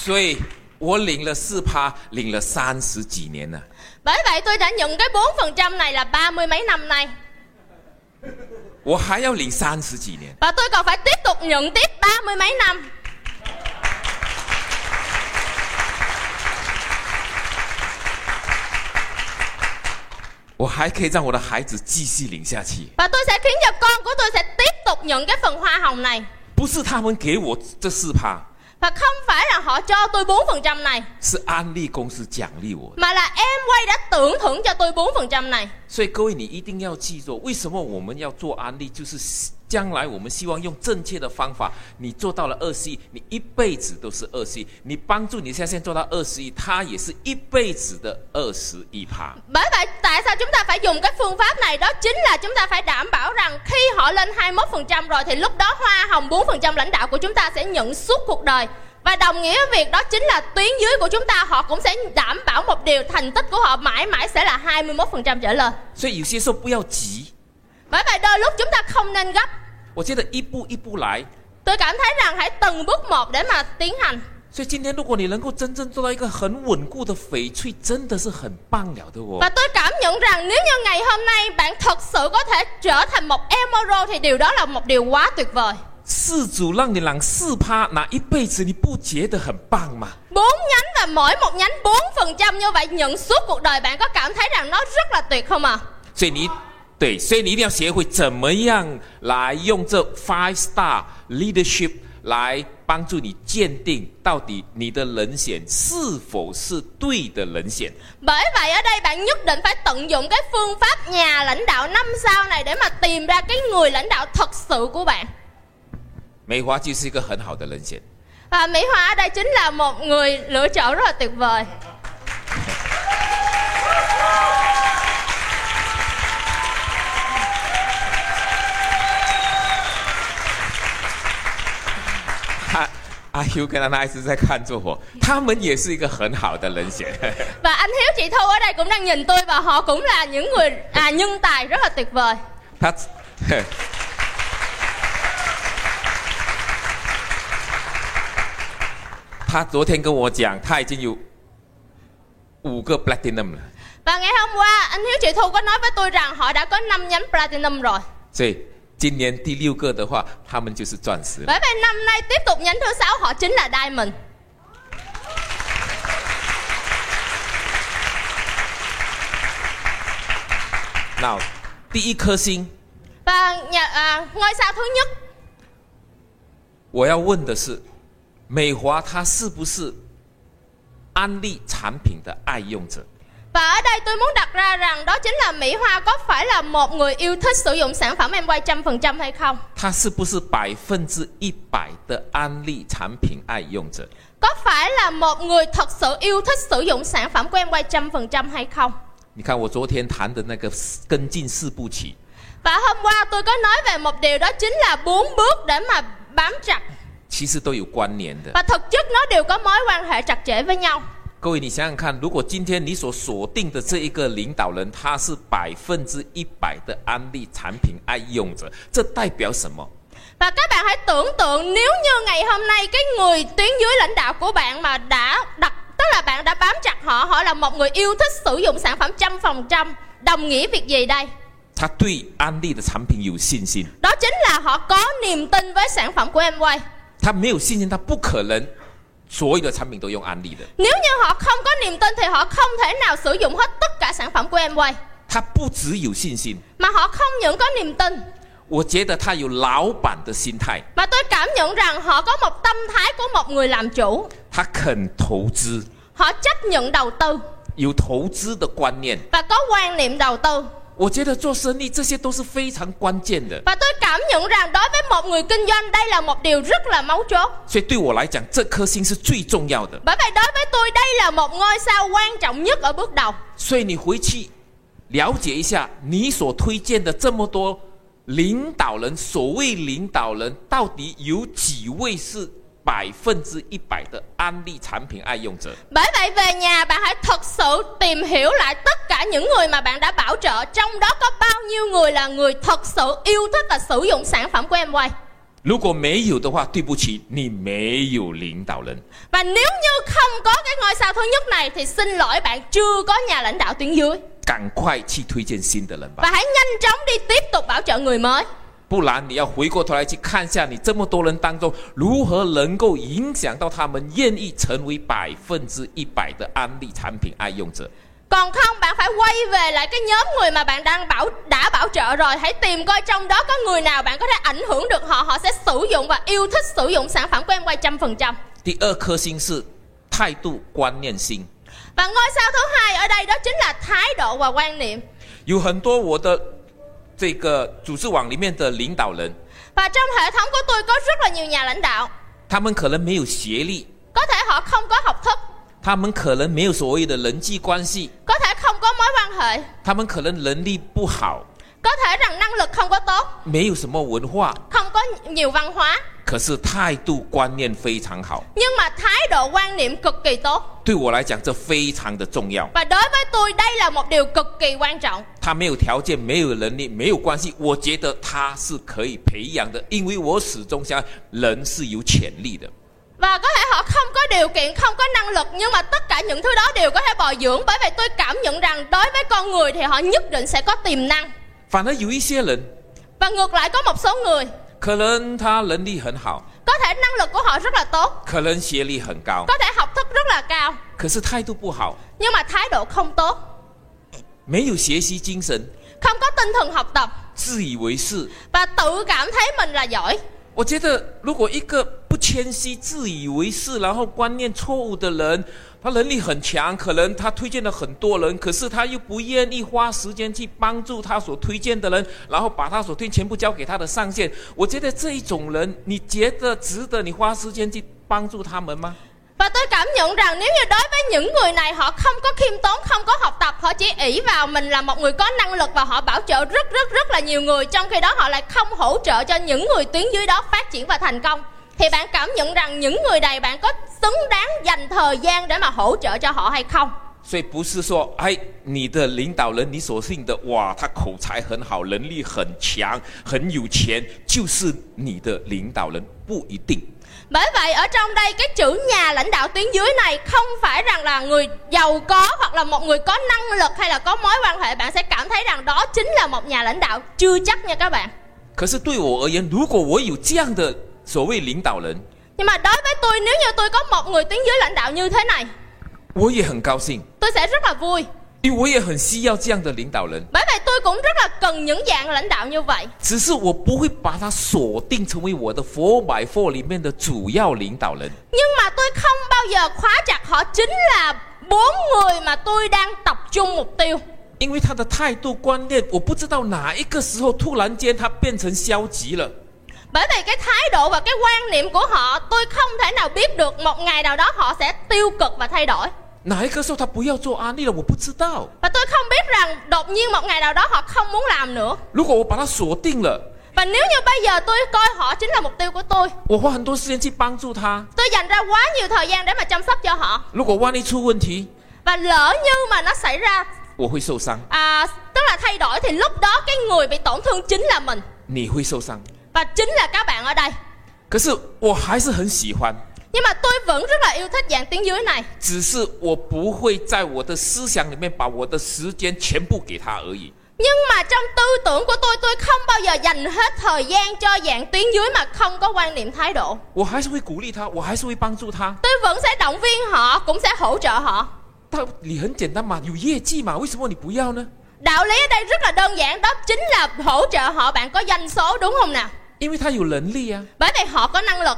S1: 所以我领了四趴，领了三十几年了。
S2: Bởi vậy tôi đã nhận cái 4% này là ba mươi mấy năm nay
S1: 我还要领三十几年，
S2: và tôi còn phải tiếp tục nhận tiếp ba mươi mấy năm.
S1: 我还可以让我的孩子继续领下去。
S2: Và tôi sẽ khiến cho con của tôi sẽ tiếp tục nhận cái phần hoa hồng này
S1: 不是他们给我这四趴，
S2: và không phải là họ cho tôi 4% này
S1: 是安利公司奖励我的。
S2: mà là em quay đã tưởng thưởng cho tôi 4% này.
S1: 所以各位，你一定要记住，为什么我们要做安利，就是将来我们希望用正确的方法，你做到了二十亿，你一辈子都是二十亿。你帮助你下线做到二十亿，他也是一辈子的二十亿趴。
S2: Bởi vậy tại sao chúng ta phải dùng cái phương pháp này đó chính là chúng ta phải đảm bảo rằng khi họ lên 21% rồi thì lúc đó hoa hồng 4% lãnh đạo của chúng ta sẽ nhận suốt cuộc đời Và đồng nghĩa với việc đó chính là tuyến dưới của chúng ta họ cũng sẽ đảm bảo một điều thành tích của họ mãi mãi sẽ là 21% trở lên.
S1: 所以有些时候不要急，
S2: Bởi vậy đôi lúc chúng ta không nên gấp.
S1: 我觉得一步一步来。
S2: Tôi cảm thấy rằng hãy từng bước một để mà tiến hành.
S1: 所以今天如果你能够真正做到一个很稳固的翡翠，真的是很棒了的哦
S2: Và。tôi cảm nhận rằng nếu như ngày hôm nay bạn thật sự có thể trở thành một emerald thì điều đó là một điều quá tuyệt vời.
S1: 四组让你朗四趴，拿一辈子，你不觉得很棒吗？
S2: Bốn nhánh và mỗi một nhánh 4% như vậy nhận suốt cuộc đời bạn có cảm thấy rằng nó rất là tuyệt không ạ? À?
S1: 所以你对，所以你一定要学会怎么样来用这 five star leadership 来帮助你鉴定到底你的人选是否是对的人选。
S2: Bởi vậy ở đây bạn nhất định phải tận dụng cái phương pháp nhà lãnh đạo 5 sao này để mà tìm ra cái người lãnh đạo thật sự của bạn.
S1: 梅花菊是一个很好的人选。
S2: Và Mỹ Hòa ở đây chính là một người lựa chọn rất là tuyệt vời.
S1: 他阿 Q 跟安娜一直在看着我，他们也是一个很好的人选。
S2: Và anh Hiếu chị Thu ở đây cũng đang nhìn tôi và họ cũng là những người à nhân tài rất là tuyệt vời.
S1: 他，他昨天跟我讲，他已经有五个 platinum 了，
S2: Và ngày hôm qua anh Hiếu chị Thu có nói với tôi rằng họ đã có 5 nhánh platinum rồi.
S1: 所以今年第六个的话，他们就是钻石了。
S2: Bởi vậy năm nay tiếp tục nhánh thứ sáu họ chính là diamond.
S1: 那第一颗星，
S2: Và nhà à, ngôi sao thứ nhất
S1: 我要问的是，美华它是不是安利产品的爱用者？
S2: Và ở đây tôi muốn đặt ra rằng đó chính là Mỹ Hoa có phải là một người yêu thích sử dụng sản phẩm em quay trăm phần trăm hay không?
S1: 他是不是百分之一百的安利产品爱用者？
S2: Có phải là một người thật sự yêu thích sử dụng sản phẩm của em quay trăm phần trăm hay không?
S1: 你看我昨天谈的那个四跟进四部曲，
S2: Và hôm qua tôi có nói về một điều đó chính là bốn bước để mà bám chặt
S1: 其实都有关联的。
S2: và thực chất nó đều có mối quan hệ chặt chẽ với nhau.
S1: 各位，你想想看，如果今天你所锁定的这一个领导人，他是百分之一百的安利产品爱用者，这代表什么？
S2: Và các bạn hãy tưởng tượng nếu như ngày hôm nay cái người tuyến dưới lãnh đạo của bạn mà đã đặt tức là bạn đã bám chặt họ, họ là một người yêu thích sử dụng sản phẩm trăm phần trăm, đồng nghĩa việc gì đây?
S1: 他对安利的产品有信心，
S2: Đó chính là họ có niềm tin với sản phẩm của em quay.
S1: 他没有信心，他不可能所有的产品都用安利的。
S2: Nếu như họ không có niềm tin thì họ không thể nào sử dụng hết tất cả sản phẩm của em quay.
S1: 他不只有信心，
S2: Mà họ không những có niềm tin
S1: 我觉得他有老板的心态，
S2: mà tôi cảm nhận rằng họ có một tâm thái của một người làm chủ.
S1: 他肯投资，
S2: Họ chấp nhận đầu tư
S1: 有投资的观念。
S2: và có quan niệm đầu tư.
S1: 我觉得做生意这些都是非常关键的，
S2: Và tôi cảm nhận rằng đối với một người kinh doanh đây là một điều rất là mấu chốt.
S1: 所以对我来讲，这颗心是最重要的。
S2: Bởi vậy đối với tôi đây là một ngôi sao quan trọng nhất ở bước đầu.
S1: 所以你回去了解一下，你所推荐的这么多领导人，所谓领导人，到底有几位是百分之一百的安利产品爱用者？
S2: Bởi vậy về nhà bạn hãy thật sự tìm hiểu lại tất cả những người mà bạn đã bảo trợ Trong đó có bao nhiêu người là người thật sự yêu thích và sử dụng sản phẩm của em quay
S1: 如果没有的话，对不起，你没有领导人。
S2: Và nếu như không có cái ngôi sao thứ nhất này thì xin lỗi bạn chưa có nhà lãnh đạo tuyến dưới
S1: 赶快去推荐新的人吧，
S2: Và hãy nhanh chóng đi tiếp tục bảo trợ người mới
S1: 不然你要回过头来去看一下，你这么多人当中，如何能够影响到他们愿意成为百分之一百的安利产品爱用者？
S2: còn không bạn phải quay về lại cái nhóm người mà bạn đang bảo đã bảo trợ rồi hãy tìm coi trong đó có người nào bạn có thể ảnh hưởng được họ họ sẽ sử dụng và yêu thích sử dụng sản phẩm của em quay trăm phần trăm
S1: 第二颗星是态度观念星，
S2: Và ngôi sao thứ hai ở đây đó chính là thái độ và quan niệm.
S1: 有很多我的这个组织网里面的领导人，
S2: Và trong hệ thống của tôi có rất là nhiều nhà lãnh đạo.
S1: 他们可能没有学历，
S2: Có thể họ không có học thức,
S1: 他们可能没有所谓的人际关系，
S2: có thể không có mối quan hệ,
S1: 他们可能能力不好，
S2: có thể rằng năng lực không có tốt,
S1: 没有什么文化，
S2: không có nhiều văn hóa.
S1: 可是态度观念非常好。
S2: Nhưng mà thái độ quan niệm cực kỳ tốt
S1: 对我来讲，这非常的重要。
S2: Và đối với tôi đây là một điều cực kỳ quan trọng
S1: 他没有条件，没有能力，没有关系。我觉得他是可以培养的，因为我始终相信人是有潜力的。
S2: Và có thể họ không có điều kiện, không có năng lực Nhưng mà tất cả những thứ đó đều có thể bồi dưỡng Bởi vậy tôi cảm nhận rằng đối với con người thì họ nhất định sẽ có tiềm năng
S1: 反而有一些人，
S2: Và ngược lại có một số người
S1: 可能他能力很好，
S2: Có thể năng lực của họ rất là tốt
S1: 可能学历很高，
S2: Có thể học thức rất là cao
S1: 可是态度不好，
S2: Nhưng mà thái độ không tốt
S1: 没有学习精神，
S2: Không có tinh thần học tập
S1: 自以为是。
S2: Và tự cảm thấy mình là giỏi
S1: 我觉得，如果一个不谦虚、自以为是，然后观念错误的人，他能力很强，可能他推荐了很多人，可是他又不愿意花时间去帮助他所推荐的人，然后把他所推全部交给他的上线。我觉得这一种人，你觉得值得你花时间去帮助他们吗？
S2: Và tôi cảm nhận rằng nếu như đối với những người này họ không có khiêm tốn, không có học tập, họ chỉ ỷ vào mình là một người có năng lực và họ bảo trợ rất rất rất là nhiều người trong khi đó họ lại không hỗ trợ cho những người tuyến dưới đó phát triển và thành công. Thì bạn cảm nhận rằng những người này bạn có xứng đáng dành thời gian để mà hỗ trợ cho họ hay không?
S1: 所以不是说，哎，你的领导人你所信的，哇，他口才很好，能力很强，很有钱，就是你的领导人，不一定。
S2: Bởi vậy ở trong đây cái chữ nhà lãnh đạo tuyến dưới này không phải rằng là người giàu có hoặc là một người có năng lực hay là có mối quan hệ bạn sẽ cảm thấy rằng đó chính là một nhà lãnh đạo chưa chắc nha các bạn.
S1: 可是对我而言，如果我有这样的所谓领导人，
S2: Nhưng mà đối với tôi nếu như tôi có một người tuyến dưới lãnh đạo như thế này
S1: 我也很高兴，
S2: Tôi sẽ rất là vui
S1: 因为我也很需要这样的领导人。
S2: Bởi vậy tôi cũng rất là cần những dạng lãnh đạo như vậy
S1: 只是我不会把他锁定成为我的 four by four 里面的主要领导人。
S2: Nhưng mà tôi không bao giờ khóa chặt họ chính là bốn người mà tôi đang tập trung mục tiêu
S1: 因为他的态度观念，我不知道哪一个时候突然间他变成消极了。
S2: Bởi vì cái thái độ và cái quan niệm của họ Tôi không thể nào biết được một ngày nào đó họ sẽ tiêu cực và thay đổi
S1: 哪一个时候他不要做安利了？我不知道。
S2: Và tôi không biết rằng đột nhiên một ngày nào đó họ không muốn làm nữa
S1: 如果我把他锁定了，
S2: Và nếu như bây giờ tôi coi họ chính là mục tiêu của tôi
S1: 我花很多时间去帮助他。
S2: Tôi dành ra quá nhiều thời gian để mà chăm sóc cho họ
S1: 如果万一出问题，
S2: và lỡ như mà nó xảy ra
S1: 我会受伤，
S2: à, tức là thay đổi thì lúc đó cái người bị tổn thương chính là mình
S1: 你会受伤。
S2: và chính là các bạn ở đây
S1: 可是我还是很喜欢。
S2: nhưng mà tôi vẫn rất là yêu thích dạng tiếng dưới này
S1: 只是我不会在我的思想里面把我的时间全部给他而已。
S2: nhưng mà trong tư tưởng của tôi tôi không bao giờ dành hết thời gian cho dạng tiếng dưới mà không có quan niệm thái độ
S1: 我还是会鼓励他，我还是会帮助他。
S2: tôi vẫn sẽ động viên họ cũng sẽ hỗ trợ họ
S1: 道理很简单嘛，有业绩嘛，为什么你不要呢？
S2: đạo lý ở đây rất là đơn giản đó chính là hỗ trợ họ bạn có doanh số đúng không nào
S1: 因为他有能力啊，
S2: bởi vì họ có năng lực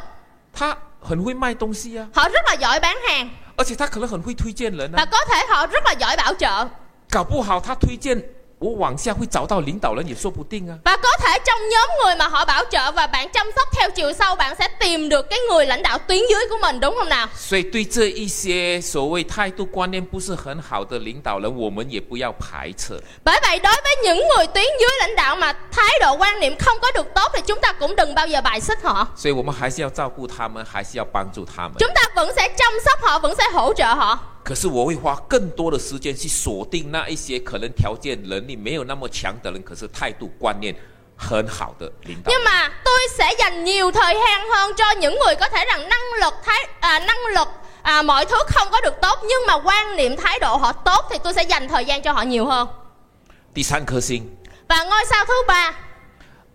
S1: 他很会卖东西啊，
S2: họ rất là giỏi bán hàng
S1: 而且他可能很会推荐人
S2: và
S1: 啊。
S2: có thể họ rất là giỏi bảo trợ
S1: 搞不好他推荐我往下会找到领导人也说不定啊。
S2: Và có thể trong nhóm người mà họ bảo trợ và bạn chăm sóc theo chiều sâu bạn sẽ tìm được cái người lãnh đạo tuyến dưới của mình đúng không nào?
S1: 所以对这一些所谓态度观念不是很好的领导人，我们也不要排斥。
S2: Bởi vậy đối với những người tuyến dưới lãnh đạo mà thái độ quan niệm không có được tốt thì chúng ta cũng đừng bao giờ bài xích họ.
S1: 所以我们还是要照顾他们，还是要帮助他们。
S2: Chúng ta vẫn sẽ chăm sóc họ, vẫn sẽ hỗ trợ họ.
S1: 可是我会花更多的时间去锁定那一些可能条件、能力没有那么强的人，可是态度、观念很好的领导。
S2: Nhưng mà tôi sẽ dành nhiều thời gian hơn cho những người có thể rằng năng lực thái à, năng lực à, mọi thứ không có được tốt nhưng mà quan niệm thái độ họ tốt thì tôi sẽ dành thời gian cho họ nhiều hơn.
S1: 第三颗星
S2: Và ngôi sao thứ ba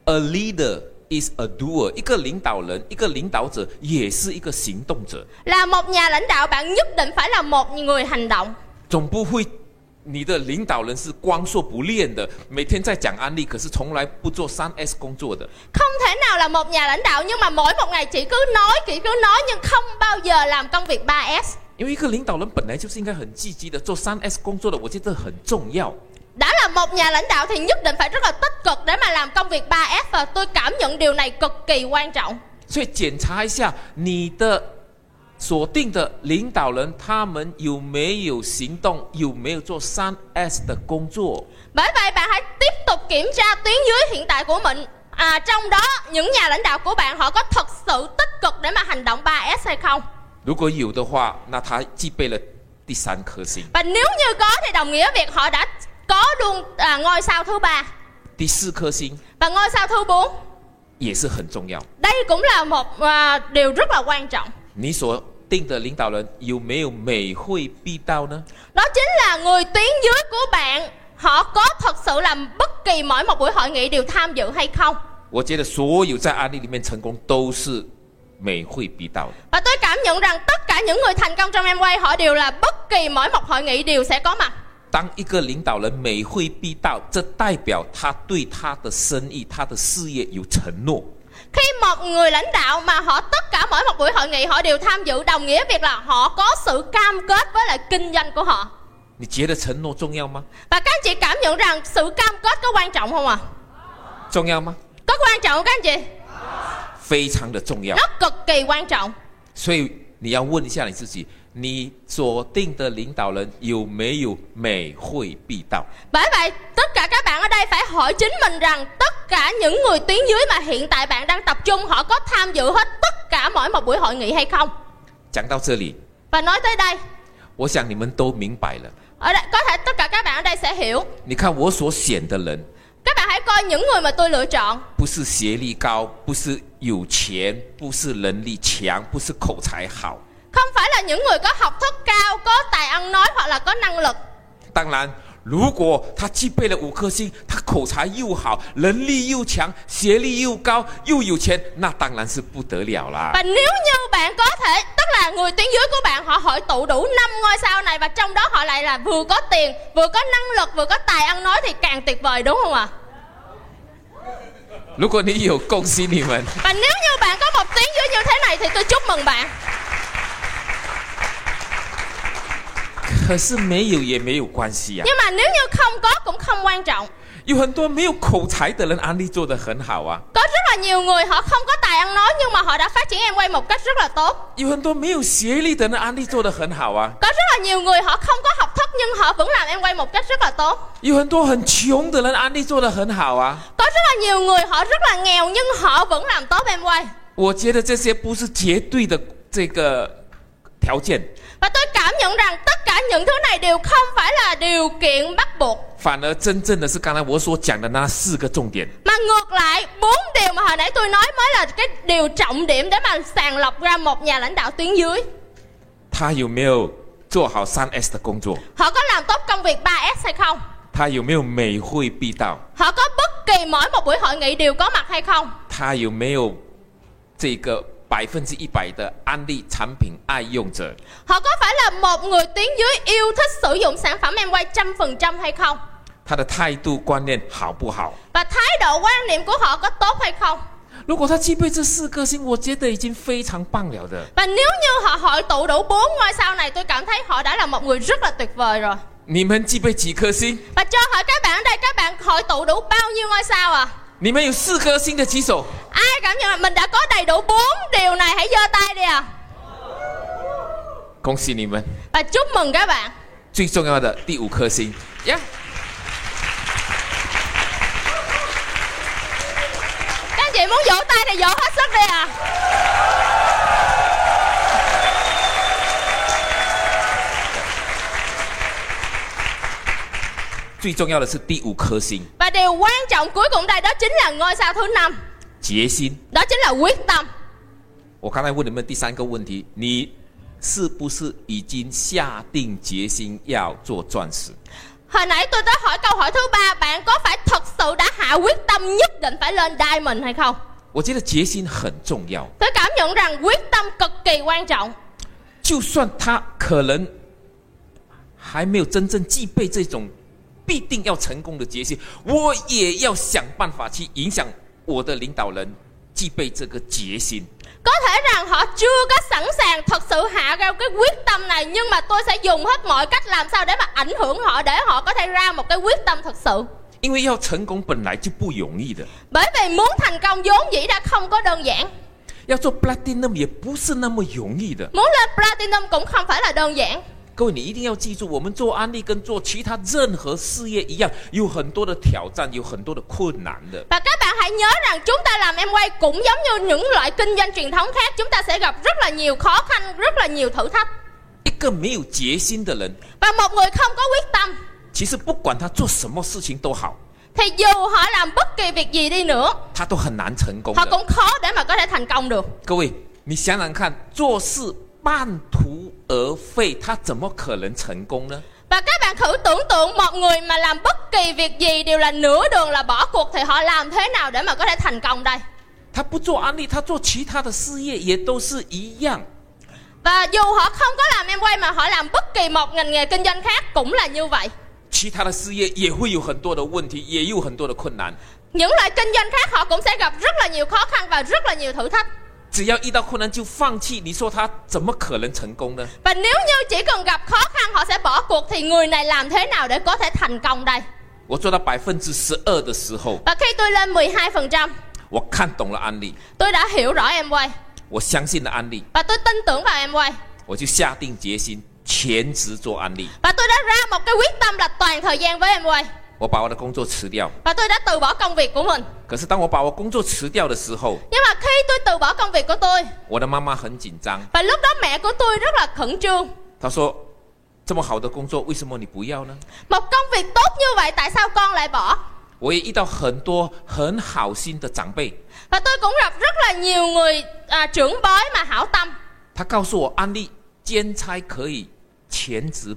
S1: ，A leader is a doer。一个领导人，一个领导者也是一个行动者，
S2: Là một nhà lãnh đạo bạn nhất định phải là một người hành động
S1: 总不会你的领导人是光说不练的，每天在讲案例，可是从来不做三 S 工作的。
S2: Không thể nào là một nhà lãnh đạo Nhưng mà mỗi một ngày chỉ cứ nói Chỉ cứ nói nhưng không bao giờ làm công việc 3S
S1: 因为一个领导人本来就是应该很积极的做三 S 工作的，我觉得很重要。
S2: Đã là một nhà lãnh đạo thì nhất định phải rất là tích cực Để mà làm công việc 3S Và tôi cảm nhận điều này cực kỳ quan trọng
S1: 所以检查一下你的所定的领导人，他们有没有行动，有没有做三 S 的工作？
S2: Bởi vậy bạn hãy tiếp tục kiểm tra tuyến dưới hiện tại của mình à, trong đó những nhà lãnh đạo của bạn họ có thật sự tích cực để mà hành động 3S hay không?
S1: 如果有的话，那他具备了第三颗星。
S2: Và nếu như có thì đồng nghĩa việc họ đã có luôn à, ngôi sao thứ ba
S1: 第四颗星
S2: và ngôi sao thứ bốn.
S1: 也是很重要。
S2: Đây cũng là một à, điều rất là quan trọng.
S1: 你所定的领导人有没有每会必到呢？
S2: Đó chính là người tuyến dưới của bạn họ có thật sự làm bất kỳ mỗi một buổi hội nghị đều tham dự hay không?
S1: 我觉得所有在案例里面成功都是每会必到的。
S2: Và tôi cảm nhận rằng tất cả những người thành công trong em quay họ đều là bất kỳ mỗi một hội nghị đều sẽ có mặt.
S1: 当一个领导人每会必到，这代表他对他的生意、他的事业有承诺。
S2: Khi một người lãnh đạo mà họ tất cả mỗi một buổi hội nghị họ đều tham dự đồng nghĩa việc là họ có sự cam kết với lại kinh doanh của họ.
S1: 你觉得承诺重要吗？
S2: Và các anh chị cảm nhận rằng sự cam kết có quan trọng không ạ? À?
S1: 重要吗？
S2: Có quan trọng không các anh chị?
S1: 非常的重要。
S2: Nó cực kỳ quan trọng.
S1: 所以你要问一下你自己，你所定的领导人有没有每会必到？
S2: Bởi vậy, tất cả các bạn ở đây phải hỏi chính mình rằng tất cả những người tuyến dưới mà hiện tại bạn đang tập trung họ có tham dự hết tất cả mỗi một buổi hội nghị hay không?
S1: 讲到这里，
S2: Và nói tới đây,
S1: 我想你们都明白了。
S2: ở đây có thể tất cả các bạn ở đây sẽ hiểu.
S1: 你看我所选的人，
S2: Các bạn hãy coi những người mà tôi lựa chọn
S1: 不是学历高，不是有钱，不是能力强，不是口才好。
S2: không phải là những người có học thức cao, có tài ăn nói hoặc là có năng lực.
S1: 当然，如果他具备了五颗星，他口才又好，能力又强，学历又高，又有钱，那当然是不得了啦。
S2: Và nếu như bạn có thể, tức là người tuyến dưới của bạn họ hội tụ đủ 5 ngôi sao này và trong đó họ lại là vừa có tiền, vừa có năng lực, vừa có tài ăn nói thì càng tuyệt vời đúng không ạ?
S1: 如果你有，恭喜你们。
S2: Và nếu như bạn có một tuyến dưới như thế này thì tôi chúc mừng bạn.
S1: 可是没有也没有关系呀、
S2: Nhưng mà nếu như không có cũng không quan trọng.
S1: 有很多没有口才的人，安利做得很好啊；
S2: Có rất là nhiều người họ không có tài ăn nói nhưng mà họ đã phát triển em quay một cách rất là tốt.
S1: 有很多没有学历的人，安利做得很好啊；
S2: Có rất là nhiều người họ không có học thức nhưng họ vẫn làm em quay một cách rất là tốt.
S1: 有很多很穷的人，安利做得很好啊。
S2: Có rất là nhiều người họ rất là nghèo nhưng họ vẫn làm tốt em quay.
S1: 我觉得这些不是绝对的这个条件，
S2: Và tôi cảm nhận rằng tất cả những thứ này đều không phải là điều kiện bắt buộc
S1: 反而真正的是刚才我所讲的那四个重点。
S2: mà ngược lại bốn điều mà hồi nãy tôi nói mới là cái điều trọng điểm để mà sàng lọc ra một nhà lãnh đạo tuyến dưới.
S1: 他有没有做好三 S 的工作？
S2: Họ có làm tốt công việc 3S hay không?
S1: 他有没有每会必到？
S2: Họ có bất kỳ mỗi một buổi hội nghị đều có mặt hay không?
S1: 他有没有这个百分之一百的安利产品爱用者？
S2: Họ có phải là một người tuyến dưới yêu thích sử dụng sản phẩm em quay trăm phần trăm hay không?
S1: 他的态度观念好不好？
S2: Và thái độ quan niệm của họ có tốt hay không?
S1: 如果他具备这四颗星，我觉得已经非常棒了的。
S2: Và nếu như họ hội tụ đủ bốn ngôi sao này Tôi cảm thấy họ đã là một người rất là tuyệt vời rồi
S1: 你们具备几颗星？
S2: Và cho hỏi các bạn ở đây Các bạn hội tụ đủ bao nhiêu ngôi sao à
S1: 你们有四颗星的举手。
S2: Ai cảm nhận là mình đã có đầy đủ bốn điều này Hãy giơ tay đi à
S1: 恭喜你们！
S2: Và chúc mừng các bạn
S1: 最重要的第五颗星呀
S2: Các anh chị muốn vỗ tay thì vỗ hết sức đi à
S1: Yeah，最重要的是第五颗星，
S2: Và điều quan trọng cuối cùng đây Đó chính là ngôi sao thứ năm
S1: 决心。
S2: Đó chính là quyết tâm
S1: 我刚才问你们第三个问题，你是不是已经下定决心要做钻石？
S2: Hồi nãy tôi đã hỏi câu hỏi thứ ba Bạn có phải thật sự đã hạ quyết tâm nhất định phải lên diamond hay không?
S1: 我觉得决心很重要，
S2: Tôi cảm nhận rằng quyết tâm cực kỳ quan trọng
S1: 就算他可能还没有真正具备这种必定要成功的决心，我也要想办法去影响我的领导人具备这个决心。
S2: Có thể rằng họ chưa có sẵn sàng thật sự hạ ra cái quyết tâm này Nhưng mà tôi sẽ dùng hết mọi cách làm sao để mà ảnh hưởng họ Để họ có thể ra một cái quyết tâm thật sự
S1: 因为要成功本来就不容易的，
S2: Bởi vì muốn thành công vốn dĩ đã không có đơn giản
S1: 要做 platinum 也不是那么容易的。
S2: Muốn lên platinum cũng không phải là đơn giản
S1: 各位，你一定要记住，我们做安利跟做其他任何事业一样，有很多的挑战，有很多的困难的。
S2: Và các bạn hãy nhớ rằng chúng ta làm em quay cũng giống như những loại kinh doanh truyền thống khác Chúng ta sẽ gặp rất là nhiều khó khăn, rất là nhiều thử thách
S1: 一个没有决心的人，
S2: Và một người không có quyết tâm
S1: 其实不管他做什么事情都好，
S2: Thì dù họ làm bất kỳ việc gì đi nữa
S1: 他都很难成功
S2: Họ
S1: 的。
S2: cũng khó để mà có thể thành công được
S1: 各位，你想想看，做事半途而废，他怎么可能成功呢？
S2: Và các bạn thử tưởng tượng một người mà làm bất kỳ việc gì đều là nửa đường là bỏ cuộc Thì họ làm thế nào để mà có thể thành công đây
S1: 他不做安利，他做其他的事业也都是一样。
S2: Và dù họ không có làm em quay mà họ làm bất kỳ một ngành nghề kinh doanh khác cũng là như vậy.
S1: 其他的事业也会有很多的问题，也有很多的困难。
S2: Những loại kinh doanh khác họ cũng sẽ gặp rất là nhiều khó khăn và rất là nhiều thử thách.
S1: 只要一到困难就放弃，你说他怎么可能成功呢？
S2: Và nếu như chỉ cần gặp khó khăn họ sẽ bỏ cuộc thì người này làm thế nào để có thể thành công đây?
S1: 我做到百分之十二的时候，
S2: Và khi tôi lên 12%,
S1: 我看懂了安利，
S2: tôi đã hiểu rõ em quay
S1: 我相信了安利，
S2: và tôi tin tưởng vào em quay
S1: 我就下定决心全职做安利。
S2: và tôi đã ra một cái quyết tâm là toàn thời gian với em quay
S1: 我把我的工作辞掉。
S2: và tôi đã từ bỏ công việc của mình.
S1: 可是当我把我工作辞掉的时候，
S2: Nhưng mà khi tôi từ bỏ công việc của tôi
S1: 我的妈妈很紧张，
S2: và lúc đó mẹ của tôi rất là khẩn trương
S1: 她说：“这么好的工作，为什么你不要呢
S2: Một công việc tốt như vậy tại sao con lại bỏ?？”
S1: 我也遇到很多很好心的长辈，
S2: Và tôi cũng gặp rất là nhiều người à, trưởng bối mà hảo tâm
S1: 他告诉我安利兼差可以，全职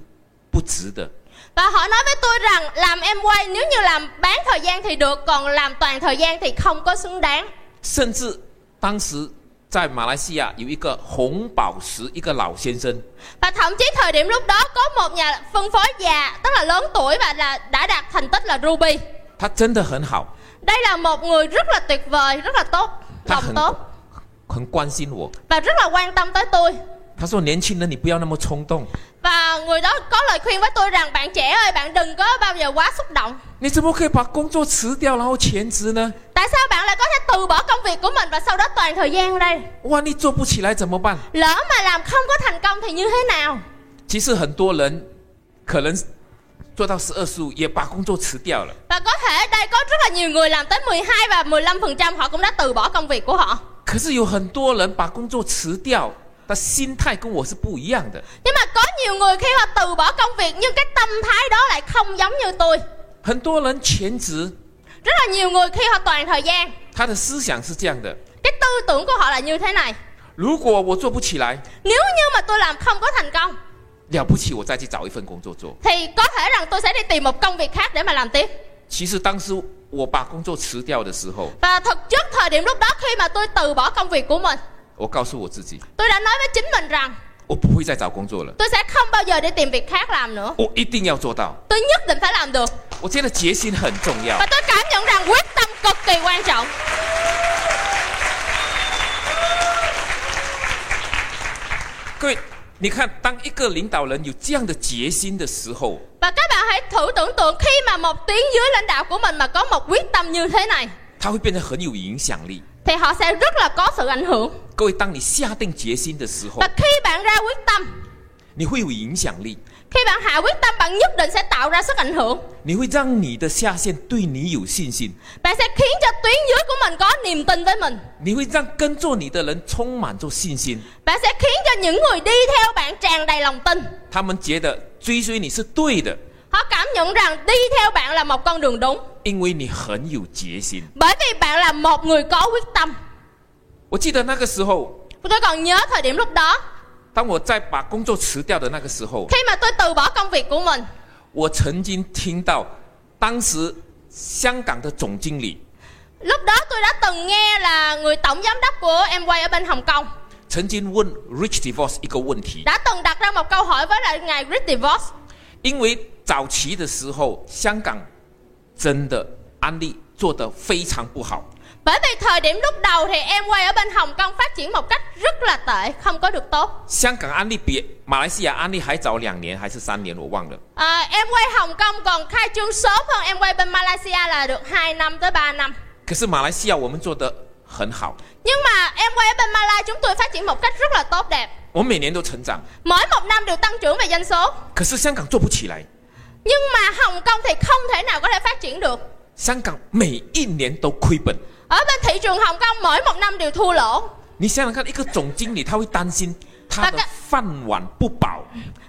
S1: 不值得。
S2: Và họ nói với tôi rằng làm em quay nếu như làm bán thời gian thì được Còn làm toàn thời gian thì không có xứng đáng
S1: 甚至当时在马来西亚有一个红宝石，一个老先生，
S2: Và thậm chí thời điểm lúc đó có một nhà phân phối già Tức là lớn tuổi và là đã đạt thành tích là Ruby
S1: 他真的很好，
S2: Đây là một người rất là tuyệt vời, rất là tốt
S1: 他
S2: Lòng
S1: 很
S2: tốt
S1: 很关心我。
S2: Và rất là quan tâm tới tôi
S1: 他说：“年轻人，你不要那么冲动，
S2: Và người đó có lời khuyên với tôi rằng Bạn trẻ ơi, bạn đừng có bao giờ quá xúc động
S1: 你怎么可以把工作辞掉然后全职呢？
S2: Tại sao bạn lại có thể từ bỏ công việc của mình và sau đó toàn thời gian đây?
S1: 万一做不起来怎么办？”
S2: Lỡ mà làm không có thành công thì như thế nào?
S1: 其实很多人可能做到十二十五，也把工作辞掉了，
S2: Và có thể đây có rất là nhiều người làm tới 12 và 15% họ cũng đã từ bỏ công việc của họ.
S1: 可是有很多人把工作辞掉，他心态跟我是不一样的。
S2: Nhưng mà có nhiều người khi họ từ bỏ công việc nhưng cái tâm thái đó lại không giống như tôi.
S1: 很多人全职，
S2: Rất là nhiều người khi họ toàn thời gian,
S1: 他的思想是这样的：
S2: cái tư tưởng của họ là như thế này.
S1: 如果我做不起来，
S2: Nếu như mà tôi làm không có thành công
S1: 了不起我再去找一份工作做。
S2: thì có thể rằng tôi sẽ đi tìm một công việc khác để mà làm tiếp.
S1: 其实当时我把工作辞掉的时候，
S2: Và thực trước thời điểm lúc đó khi mà tôi từ bỏ công việc của mình,
S1: 我告诉我自己，
S2: tôi đã nói với chính mình rằng
S1: 我不会再找工作了，
S2: tôi sẽ không bao giờ đi tìm việc khác làm nữa
S1: 我一定要做到。
S2: tôi nhất định phải làm được
S1: 我觉得决心很重要
S2: và。tôi cảm nhận rằng quyết tâm cực kỳ quan trọng
S1: 各位，你看，当一个领导人有这样的决心的时候，
S2: và các bạn hãy thử tưởng tượng khi mà một tiếng dưới lãnh đạo của mình mà có một quyết tâm như thế này
S1: 他会变得很有影响力。
S2: thì họ sẽ rất là có sự ảnh hưởng
S1: 各位，当你下定决心的时候
S2: và，khi bạn ra quyết tâm
S1: 你会有影响力，
S2: khi bạn hạ quyết tâm bạn nhất định sẽ tạo ra sức ảnh hưởng
S1: 你会让你的下线对你有信心，
S2: bạn sẽ khiến cho tuyến dưới của mình có niềm tin với mình
S1: 你会让跟着你的人充满着信心，
S2: bạn sẽ khiến cho những người đi theo bạn tràn đầy lòng tin
S1: 他们觉得追随你是对的，
S2: họ cảm nhận rằng đi theo bạn là một con đường đúng
S1: 因为你很有决心。
S2: bởi vì bạn là một người có quyết tâm
S1: 我记得那个时候，
S2: Tôi còn nhớ thời điểm lúc đó
S1: 当我在把工作辞掉的那个时候，
S2: Khi mà tôi từ bỏ công việc của mình
S1: 我曾经听到当时香港的总经理
S2: Lúc đó tôi đã từng nghe là người tổng giám đốc của em quay ở bên Hồng Kông
S1: 曾经问 Rich DeVos 一个问题，
S2: Đã từng đặt ra một câu hỏi với lại ngài Rick DeVos
S1: 因为早期的时候，香港真的安利做得非常不好，
S2: Bởi vì thời điểm lúc đầu thì em quay ở bên Hồng Kông phát triển một cách rất là tệ Không có được tốt
S1: 香港安利比马来西亚安利还早两年还是三年，我忘了。
S2: à, Em quay Hồng Kông còn khai trương sớm hơn em quay bên Malaysia là được 2 năm tới 3 năm
S1: 可是马来西亚我们做得很好，
S2: Nhưng mà em quay ở bên Malaysia chúng tôi phát triển một cách rất là tốt đẹp
S1: 我们每年都成长，
S2: Mỗi một năm đều tăng trưởng về doanh số.
S1: 可是香港做不起来，
S2: Nhưng mà Hồng Kông thì không thể nào có thể phát triển được.
S1: 香港每一年都亏本。
S2: Ở bên thị trường Hồng Kông mỗi một năm đều thua lỗ.
S1: 你想想看，一个总经理他会担心他的
S2: 大概
S1: 饭碗不保，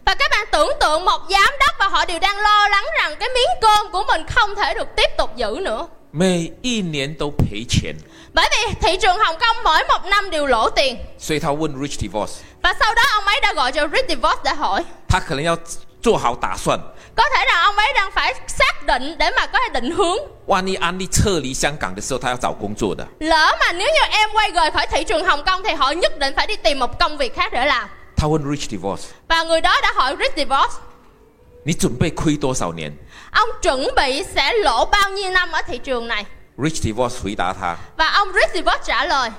S2: Và các bạn tưởng tượng một giám đốc và họ đều đang lo lắng rằng cái miếng cơm của mình không thể được tiếp tục giữ nữa.
S1: 每一年都赔钱，
S2: Bởi vì thị trường Hồng Kông mỗi một năm đều lỗ tiền.
S1: 所以他问 Rich Divorce，
S2: Và sau đó ông ấy đã gọi cho Rick DeVos để hỏi.
S1: 他可能要做好打算，
S2: Có thể là ông ấy đang phải xác định để mà có thể định hướng.
S1: 万一安利撤离香港的时候，他要找工作的，
S2: Lỡ mà nếu như em quay rời khỏi thị trường Hồng Kông thì họ nhất định phải đi tìm một công việc khác để làm.
S1: 他问 Rich Divorce，
S2: Và người đó đã hỏi Rick DeVos.
S1: 你准备亏多少年
S2: Ông chuẩn bị sẽ lỗ bao nhiêu năm ở thị trường này?
S1: ？Rich Divorce 回答他，
S2: Và ông Rick DeVos trả lời.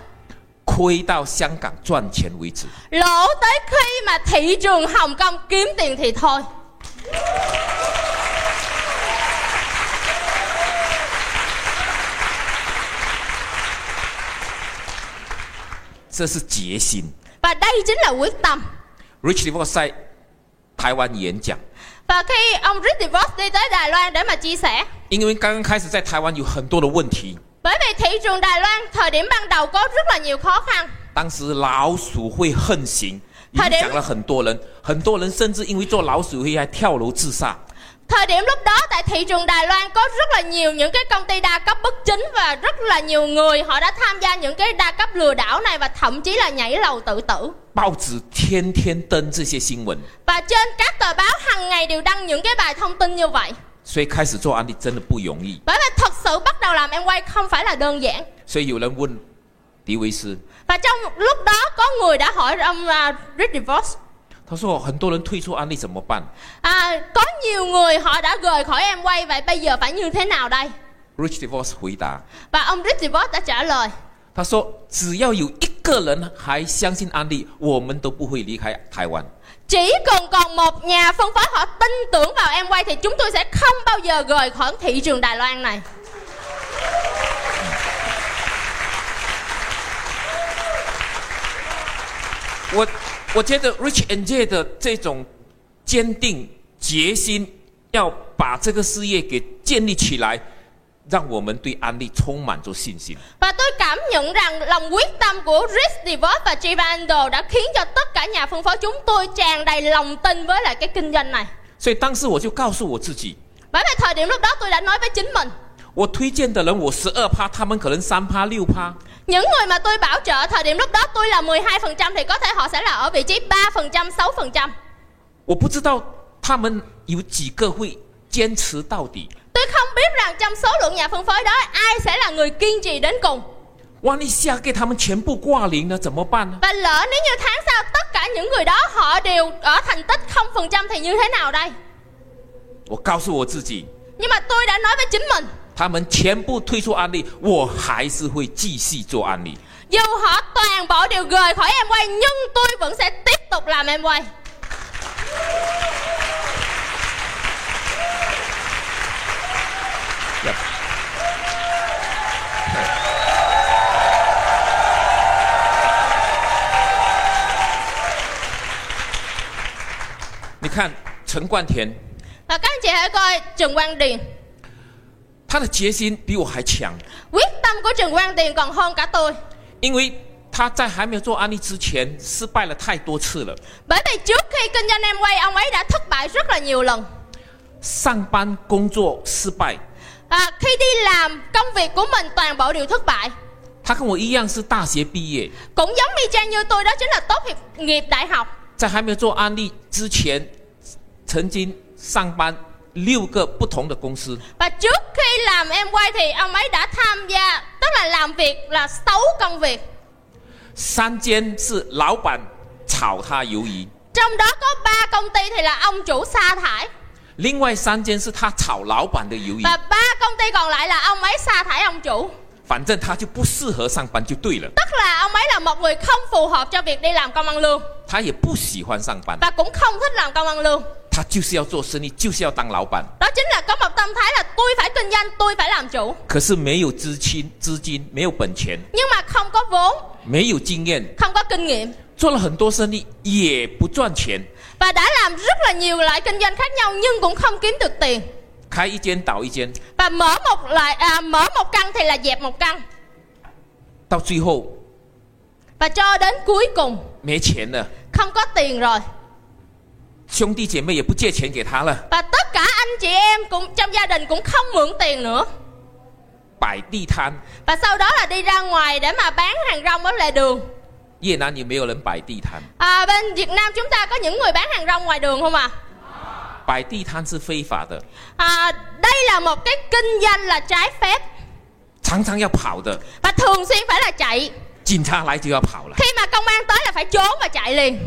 S1: 亏到香港赚钱为止。
S2: Lỗ tới khi mà thị trường Hồng Kông kiếm tiền thì thôi
S1: 这是决心。
S2: Và đây chính là quyết tâm
S1: Rich Divorce 在台湾演讲，
S2: Và khi ông Rick DeVos đi tới Đài Loan để mà chia sẻ
S1: 因为刚刚开始在台湾有很多的问题，
S2: Bởi vì thị trường Đài Loan thời điểm ban đầu có rất là nhiều khó khăn
S1: 当时老鼠会横行，影
S2: 他的
S1: 响了很多人，很多人甚至因为做老鼠会还跳楼自杀。
S2: Thời điểm lúc đó tại thị trường Đài Loan có rất là nhiều những cái công ty đa cấp bất chính Và rất là nhiều người họ đã tham gia những cái đa cấp lừa đảo này Và thậm chí là nhảy lầu tự tử
S1: 报纸天天登这些新闻，
S2: Và trên các tờ báo hàng ngày đều đăng những cái bài thông tin như vậy
S1: 所以开始做安利真的不容易。
S2: Bởi vì thật sự bắt đầu làm em quay không phải là đơn giản
S1: 所以有人问迪维斯，
S2: Và trong lúc đó có người đã hỏi ông uh, Rick DeVos
S1: 他说很多人退出安利怎么办
S2: à, Có nhiều người họ đã rời khỏi em quay Vậy bây giờ phải như thế nào đây
S1: ？Rich Divorce 回答，
S2: Và ông Rick DeVos đã trả lời
S1: 他说只要有一个人还相信安利，我们都不会离开台湾。
S2: Chỉ cần còn một nhà phân phối họ tin tưởng vào em quay Thì chúng tôi sẽ không bao giờ rời khỏi thị trường Đài Loan này
S1: 我我觉得 Rich and J 的这种坚定决心，要把这个事业给建立起来，让我们对安利充满着信心。
S2: Và tôi cảm nhận rằng lòng quyết tâm của Rick DeVos và Givando Đã khiến cho tất cả nhà phân phối chúng tôi tràn đầy lòng tin với lại cái kinh doanh này
S1: 所以当时我就告诉我自己，
S2: Bởi vì thời điểm lúc đó tôi đã nói với chính mình
S1: 我推荐的人我十二趴，他们可能三趴六趴，
S2: Những người mà tôi bảo trợ thời điểm lúc đó tôi là 12% thì có thể họ sẽ là ở vị trí 3%, 6%.
S1: 我不知道他们有几个会坚持到底。
S2: Tôi không biết rằng trong số lượng nhà phân phối đó ai sẽ là người kiên trì đến cùng.
S1: 万一下给他们全部挂零了怎么办呢？
S2: Và lỡ nếu như tháng sau tất cả những người đó họ đều ở thành tích 0% thì như thế nào đây?
S1: 我告诉我自己，
S2: Nhưng mà tôi đã nói với chính mình,
S1: 他们全部退出安利，我还是会继续做安利。
S2: dù họ toàn bộ đều rời khỏi em quay nhưng tôi vẫn sẽ tiếp tục làm em quay.
S1: 你看陈冠田，
S2: Và các anh chị hãy coi Trần Quang Điền.
S1: 他的决心比我还强，
S2: Quyết tâm của Trần Quang Điền còn hơn cả tôi.
S1: 因为他在还没有做安利之前失败了太多次了。
S2: Bởi vì trước khi kinh doanh em quay ông ấy đã thất bại rất là nhiều lần.
S1: 上班工作失败，
S2: À, khi đi làm công việc của mình toàn bộ đều thất bại.
S1: 他跟我一样是大学毕业，
S2: Cũng giống y chang như tôi đó chính là tốt nghiệp nghiệp đại học.
S1: 在还没有做安利之前，曾经上班六个不同的公司，
S2: Và trước khi làm em quay thì ông ấy đã tham gia tức là làm việc là 6 công việc.
S1: 三间是老板炒他鱿鱼，
S2: Trong đó có 3 công ty thì là ông chủ sa thải
S1: 另外三间是他炒老板的鱿鱼，
S2: và ba công ty còn lại là ông ấy sa thải ông chủ.
S1: 反正他就不适合上班就对了，
S2: Tức là ông ấy là một người không phù hợp cho việc đi làm công ăn lương
S1: 他也不喜欢上班，
S2: và cũng không thích làm công ăn lương.
S1: 他就是要做生意，就是要当老板，
S2: Đó chính là có một tâm thái là tôi phải kinh doanh, tôi phải làm chủ.
S1: 可是没有资金，资金没有本钱，
S2: nhưng mà không có vốn
S1: 没有经验，
S2: không có kinh nghiệm
S1: 做了很多生意也不赚钱，
S2: và đã làm rất là nhiều loại kinh doanh khác nhau nhưng cũng không kiếm được tiền
S1: 开一间倒一间，
S2: và mở một loại à, mở một căn thì là dẹp một căn
S1: 到最后
S2: và cho đến cuối cùng
S1: 没钱了，
S2: không có tiền rồi
S1: 兄弟姐妹也不借钱给他了，
S2: và tất cả anh chị em cũng trong gia đình cũng không mượn tiền nữa
S1: 摆地摊。
S2: và sau đó là đi ra ngoài để mà bán hàng rong ở lề đường
S1: 越南也没有人摆地摊，
S2: à, bên Việt Nam chúng ta có những người bán hàng rong ngoài đường không ạ
S1: 摆地摊是非法的，
S2: à? đây là một cái kinh doanh là trái phép
S1: 常常要跑的，
S2: và thường xuyên phải là chạy
S1: 警察来就要跑了。
S2: khi mà công an tới là phải trốn và chạy liền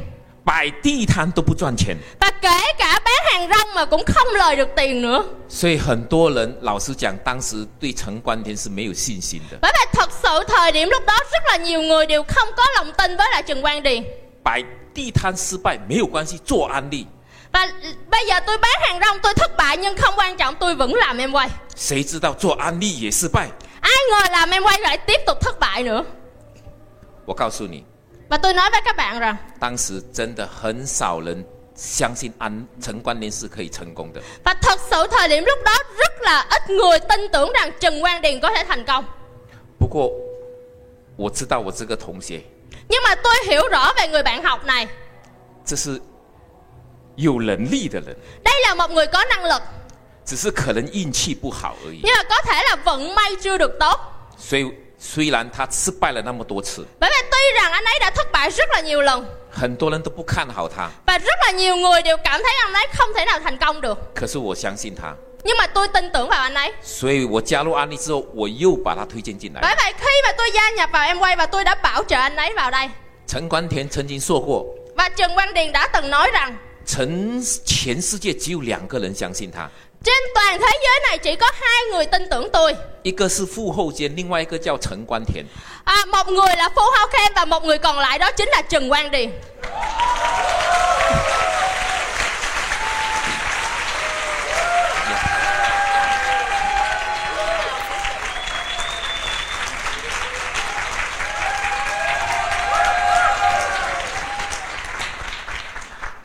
S1: 摆地摊都不赚钱，
S2: và kể cả bán hàng rong mà cũng không lời được tiền nữa
S1: 所以很多人老实讲，当时对城关田是没有信心的。
S2: bởi vậy thật sự thời điểm lúc đó rất là nhiều người đều không có lòng tin với lại Trần Quang Điền
S1: 摆地摊失败没有关系，做安利，
S2: và bây giờ tôi bán hàng rong tôi thất bại nhưng không quan trọng tôi vẫn làm em quay
S1: 谁知道做安利也失败？
S2: ai ngờ làm em quay lại tiếp tục thất bại nữa
S1: 我告诉你，
S2: và tôi nói với các bạn rằng
S1: 当时真的很少人相信安城关联是可以成功的。
S2: và thật sự thời điểm lúc đó rất là ít người tin tưởng rằng Trần Quang Điền có thể thành công
S1: 不过我知道我这个同学，
S2: nhưng mà tôi hiểu rõ về người bạn học này
S1: 这是有能力的人，
S2: đây là một người có năng lực
S1: 只是可能运气不好而已。
S2: nhưng mà có thể là vận may chưa được tốt
S1: 所以虽然他失败了那么多次，
S2: bởi vậy tuy rằng anh ấy đã thất bại rất là nhiều lần
S1: 很多人都不看好他，
S2: và rất là nhiều người đều cảm thấy anh ấy không thể nào thành công được
S1: 可是我相信他，
S2: nhưng mà tôi tin tưởng vào anh ấy
S1: 所以我加入安利之后，我又把他推荐进来。
S2: bởi vậy khi mà tôi gia nhập vào em quay và tôi đã bảo trợ anh ấy vào đây
S1: 陈关田曾经说过，
S2: và Trần Quang Điền đã từng nói rằng
S1: 全全世界只有两个人相信他，
S2: trên toàn thế giới này chỉ có hai người tin tưởng tôi
S1: 一个是傅厚坚，另外一个叫陈关田。
S2: À, một người là Phú Hao Khen và một người còn lại đó chính là Trần Quang Điền.
S1: Yeah.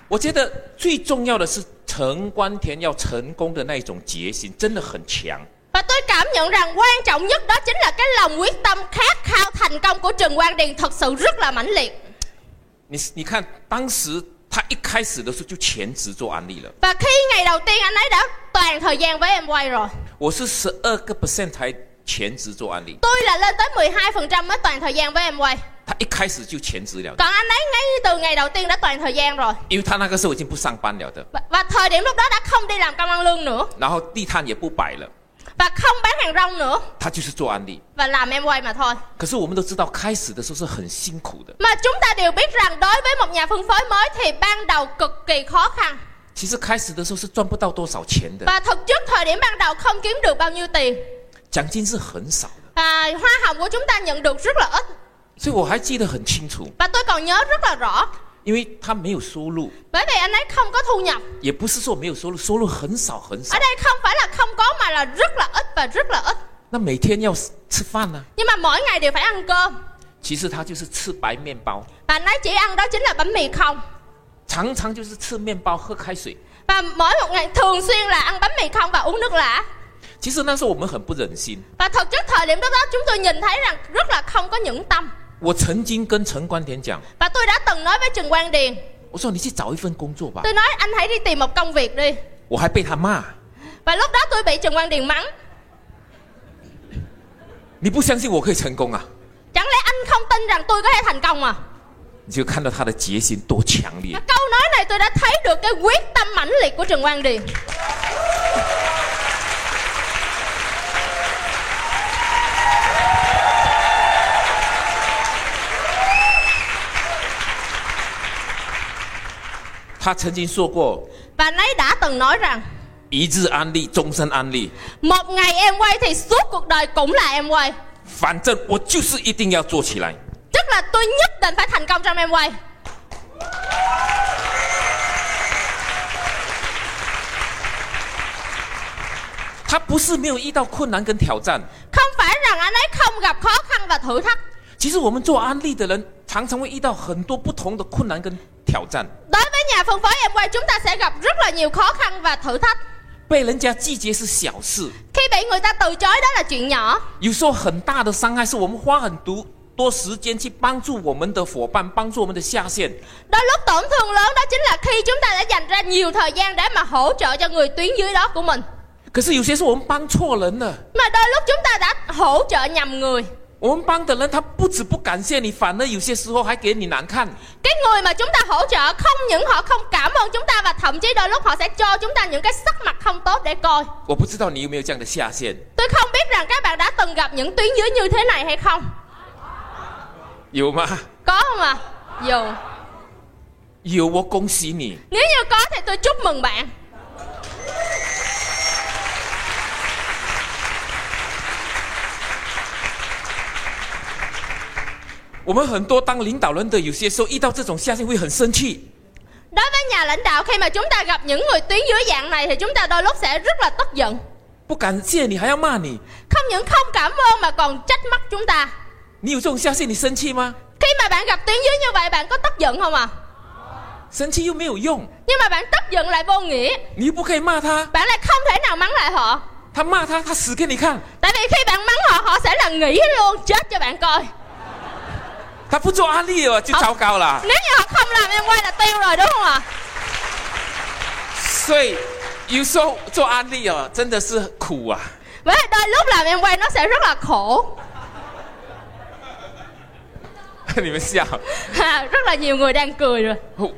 S1: 我觉得最重要的是陈关田要成功的那一种决心真的很强。
S2: Và tôi cảm nhận rằng quan trọng nhất đó chính là cái lòng quyết tâm khát khao thành công của Trần Quang Điền thật sự rất là mãnh liệt.
S1: 你你看，当时他一开始的时候就全职做安利了，
S2: Và khi ngày đầu tiên anh ấy đã toàn thời gian với em quay rồi.
S1: 我是十二个 percent 才全职做安利，
S2: Tôi là lên tới 12% mới toàn thời gian với em quay.
S1: 他一开始就全职了的，
S2: Còn anh ấy ngay từ ngày đầu tiên đã toàn thời gian rồi.
S1: 因为他那个时候已经不上班了的，
S2: Và, và thời điểm lúc đó đã không đi làm công ăn lương nữa.
S1: 然后地摊也不摆了，
S2: Và không bán hàng rong nữa.
S1: 他就是做安利。
S2: Và làm em quay mà thôi.
S1: 可是我们都知道，开始的时候是很辛苦的。
S2: Mà chúng ta đều biết rằng đối với một nhà phân phối mới thì ban đầu cực kỳ khó khăn.
S1: 其实开始的时候是赚不到多少钱的，
S2: Và thực chất thời điểm ban đầu không kiếm được bao nhiêu tiền
S1: 奖金是很少的。
S2: Và hoa hồng của chúng ta nhận được rất là ít
S1: 所以我还记得很清楚，
S2: Và tôi còn nhớ rất là rõ
S1: 因为他没有收入，
S2: Bởi vì anh ấy không có thu nhập
S1: 也不是说没有收入，收入很少很少
S2: Ở。đây không phải là không có mà là rất là ít và rất là ít
S1: 那每天要吃饭呢、
S2: Nhưng mà mỗi ngày đều phải ăn cơm
S1: 其实他就是吃白面包，
S2: Và anh ấy chỉ ăn đó chính là bánh mì không
S1: 常常就是吃面包喝开水。
S2: Và mỗi một ngày thường xuyên là ăn bánh mì không và uống nước lã
S1: 其实那时候我们很不忍心，
S2: Và thực chất thời điểm đó đó chúng tôi nhìn thấy rằng rất là không có nhẫn tâm
S1: 我曾经跟陈关田讲，
S2: Và tôi đã từng nói với Trần Quang Điền
S1: 我说你去找一份工作吧，
S2: Tôi nói anh hãy đi tìm một công việc đi
S1: 我还被他骂，
S2: Và lúc đó tôi bị Trần Quang Điền mắng
S1: 你不相信我可以成功啊？
S2: Chẳng lẽ anh không tin rằng tôi có thể thành công à?
S1: 你就看到他的决心多强烈
S2: Và。câu nói này tôi đã thấy được cái quyết tâm mãnh liệt của Trần Quang Điền.
S1: 他曾经说过，
S2: Và anh ấy đã từng nói rằng
S1: 一日安利，终身安利，
S2: một ngày em quay thì suốt cuộc đời cũng là em quay.
S1: 反正我就是一定要做起来。
S2: Tức là tôi nhất định phải thành công trong em quay.
S1: 他不是没有遇到困难跟挑战，
S2: Không phải rằng anh ấy không gặp khó khăn và thử thách.
S1: 其实我们做安利的人，常常会遇到很多不同的困难跟挑战，
S2: Đối với nhà phân phối Amway chúng ta sẽ gặp rất là nhiều khó khăn và thử thách.
S1: 被人家拒绝是小事，
S2: Khi bị người ta từ chối đó là chuyện nhỏ.
S1: 有时候很大的伤害是我们花很多多时间去帮助我们的伙伴，帮助我们的下线，
S2: Đôi lúc tổn thương lớn đó chính là khi chúng ta đã dành ra nhiều thời gian để mà hỗ trợ cho người tuyến dưới đó của mình.
S1: 可是有些是我们帮错人了。
S2: Mà đôi lúc chúng ta đã hỗ trợ nhầm người.
S1: 我们帮的人，他不止不感谢你，反而有些时候还给你难看。
S2: Cái người mà chúng ta hỗ trợ không những họ không cảm ơn chúng ta và thậm chí đôi lúc họ sẽ cho chúng ta những cái sắc mặt không tốt để coi.
S1: 我不知道你有没有这样的下线，
S2: Tôi không biết rằng các bạn đã từng gặp những tuyến dưới như thế này hay không.
S1: 有吗？
S2: Có không ạ? Dù
S1: 有，我恭喜你。
S2: nếu như có thì tôi chúc mừng bạn.
S1: 我们很多当领导人的，有些时候遇到这种下线会很生气，
S2: Đối với nhà lãnh đạo khi mà chúng ta gặp những người tuyến dưới dạng này thì chúng ta đôi lúc sẽ rất là tức giận.
S1: 不感谢你还要骂你。
S2: Không những không cảm ơn mà còn trách móc chúng ta.
S1: 你有这种下线，你生气吗？
S2: Khi mà bạn gặp tuyến dưới như vậy bạn có tức giận không ạ?
S1: 生气又没有用，
S2: Nhưng mà bạn tức giận lại vô nghĩa.
S1: 你又不可以骂他，
S2: Bạn lại không thể nào mắng lại họ.
S1: 他骂他，他死给你看，
S2: Tại vì khi bạn mắng họ họ sẽ là nghỉ luôn chết cho bạn coi.
S1: 他不做安利了哦就糟糕了。
S2: Nếu như họ không làm em quay là tiêu rồi đúng không ạ?
S1: 所以有时候做安利哦，真的是苦啊。
S2: Vậy là đôi lúc làm em quay nó sẽ rất là khổ.
S1: 你们笑，
S2: Ha, rất là nhiều người đang cười rồi.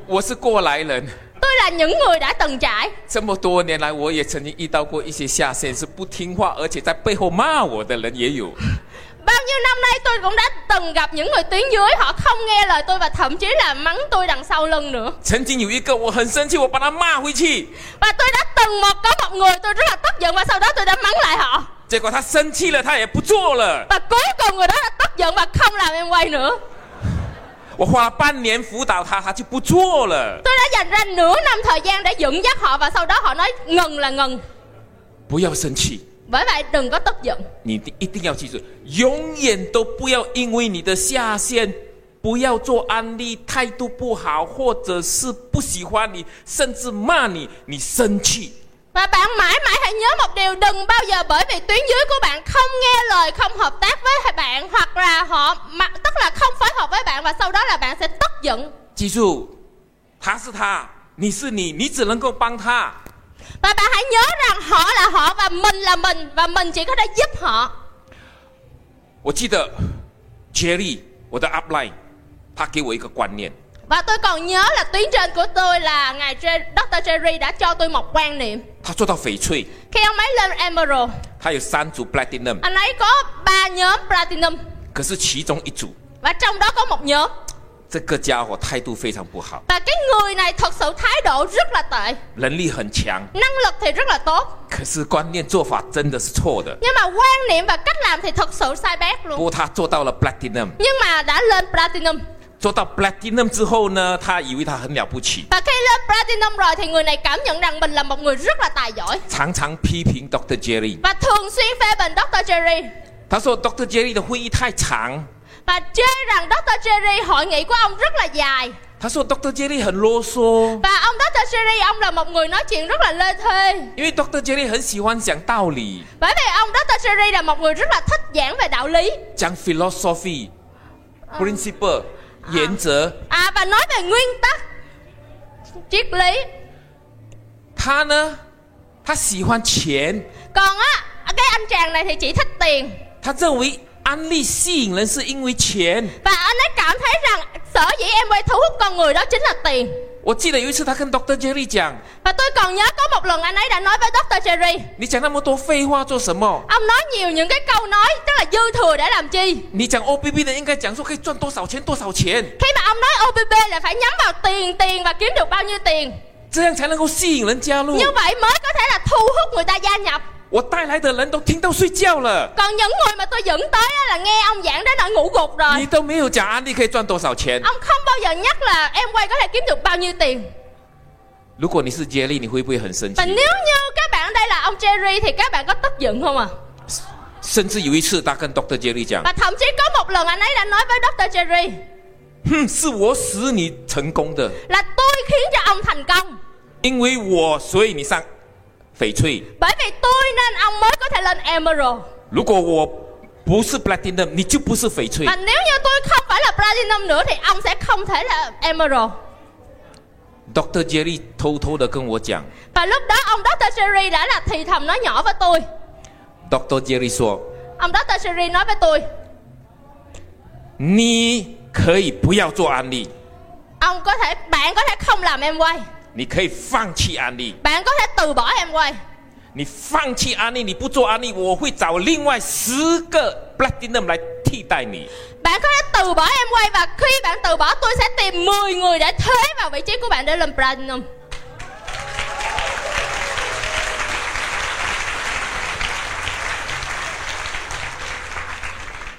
S1: 我是过来人。
S2: Tôi là những người đã từng trải.
S1: 这么多年来，我也曾经遇到过一些下线是不听话，而且在背后骂我的人也有。
S2: Bao nhiêu năm nay tôi cũng đã từng gặp những người tuyến dưới họ không nghe lời tôi và thậm chí là mắng tôi đằng sau lưng nữa.
S1: 曾经有一个我很生气，我把他骂回去，
S2: Và tôi đã từng một có một người tôi rất là tức giận và sau đó tôi đã mắng lại họ.
S1: 结果他生气了，他也不做了。
S2: Và cuối cùng người đó đã tức giận và không làm em quay nữa.
S1: 我花了半年辅导他，他就不做了。
S2: Tôi đã dành ra nửa năm thời gian để dẫn dắt họ và sau đó họ nói ngừng là ngừng.
S1: 不要生气，
S2: Bởi vậy đừng có tức giận.
S1: 你一定要记住，永远都不要因为你的下线不要做安利，态度不好，或者是不喜欢你，甚至骂你，你生气，
S2: Và bạn mãi mãi hãy nhớ một điều đừng bao giờ bởi vì tuyến dưới của bạn không nghe lời, không hợp tác với bạn hoặc là họ mà, tức là không phối hợp với bạn và sau đó là bạn sẽ tức giận.
S1: 记住，他是他，你是你，你只能够帮他。
S2: Và bạn hãy nhớ rằng họ là họ và mình là mình và mình chỉ có thể giúp họ.
S1: 我记得 Jerry，我的 upline，他给我一个观念，
S2: Và tôi còn nhớ là tuyến trên của tôi là ngài Je- Dr. Jerry đã cho tôi một quan niệm.
S1: 他做到翡翠，
S2: Khi ông ấy lên Emerald,
S1: 他有三组 platinum，
S2: anh ấy có ba nhóm Platinum
S1: 可是其中一组
S2: và trong đó có một nhóm.
S1: 这个家伙态度非常不好，
S2: Và cái người này thật sự thái độ rất là tệ,
S1: 能力很强，
S2: năng lực thì rất là tốt.
S1: 可是观念做法真的是错的。
S2: Nhưng mà quan niệm và cách làm thì thật sự sai bét
S1: 不
S2: luôn
S1: 过他做到了 platinum，
S2: Nhưng mà đã lên Platinum
S1: 做到 platinum 之后呢，他以为他很了不起，
S2: Và khi lên Platinum rồi thì người này cảm nhận rằng mình là một người rất là tài giỏi
S1: 常常批评 Dr. Jerry。
S2: Và thường xuyên phê bình Dr. Jerry
S1: 他说 Dr. Jerry 的会议太长，
S2: Và chê rằng Dr. Jerry hội nghị của ông rất là dài
S1: 他说 Dr. Jerry 很啰嗦，
S2: Và ông Dr. Jerry ông là một người nói chuyện rất là lê thê
S1: 因为 Dr. Jerry 很喜欢讲道理，
S2: Bởi vì ông Dr. Jerry là một người rất là thích giảng về đạo lý
S1: 讲 philosophy、principle、原则。
S2: À và nói về nguyên tắc Triết lý
S1: 他呢，他喜欢钱，
S2: Còn á cái anh chàng này thì chỉ thích tiền
S1: 他认为安利吸引人是因为钱。
S2: Và anh ấy cảm thấy rằng sở dĩ em quay thu hút con người đó chính là tiền.
S1: 我记得有一次，他跟 Dr. Jerry 讲
S2: Và tôi còn nhớ có một lần anh ấy đã nói với Dr. Jerry,：“
S1: 你讲那么多废话做什么？
S2: ông nói nhiều những cái câu nói tức là dư thừa để làm chi.
S1: 你讲 OBB 的应该讲说可以赚多少钱，多少钱，
S2: Khi mà ông nói OBB là phải nhắm vào tiền, tiền và kiếm được bao nhiêu tiền.
S1: 这样才能够吸引人加入。
S2: Như vậy mới có thể là thu hút người ta gia nhập.
S1: 我带来的人都听到睡觉了，
S2: Còn những người mà tôi dẫn tới á là nghe ông giảng đến nỗi ngủ gục rồi.
S1: 你都没有讲安利可以赚多少钱。
S2: Ông không bao giờ nhắc là em quay có thể kiếm được bao nhiêu tiền.
S1: 如果你是 Jerry，你会不会很生
S2: Và
S1: 气？
S2: nếu như các bạn ở đây là ông Jerry thì các bạn có tức giận không à?
S1: 甚至有一次，他跟 Dr. Jerry 讲。
S2: Và thậm chí có một một lần anh ấy đã nói với Dr. Jerry
S1: 哼，是我使你成功的，
S2: là tôi khiến cho ông thành công.
S1: 因为我，所以你上翡翠。
S2: Bởi vì tôi nên ông mới có thể lên Emerald.
S1: 如果我不是 platinum，你就不是翡翠
S2: Và。nếu như tôi không phải là Platinum nữa thì ông sẽ không thể là Emerald.
S1: Dr. Jerry 偷偷的跟我讲
S2: Và lúc đó ông Dr. Jerry đã là thì thầm nói nhỏ với tôi.
S1: ，Dr. Jerry 说，
S2: Ông Dr. Jerry nói với tôi,
S1: 你可以不要做安利，
S2: ông có thể bạn có thể không làm em quay,
S1: 你可以放弃安利，
S2: bạn có thể từ bỏ em quay.
S1: 你放弃安利，你不做安利，我会找另外十个 platinum 来替代你。
S2: Bạn có thể từ bỏ em quay và khi bạn từ bỏ tôi sẽ tìm 10 người để thế vào vị trí của bạn để làm Platinum.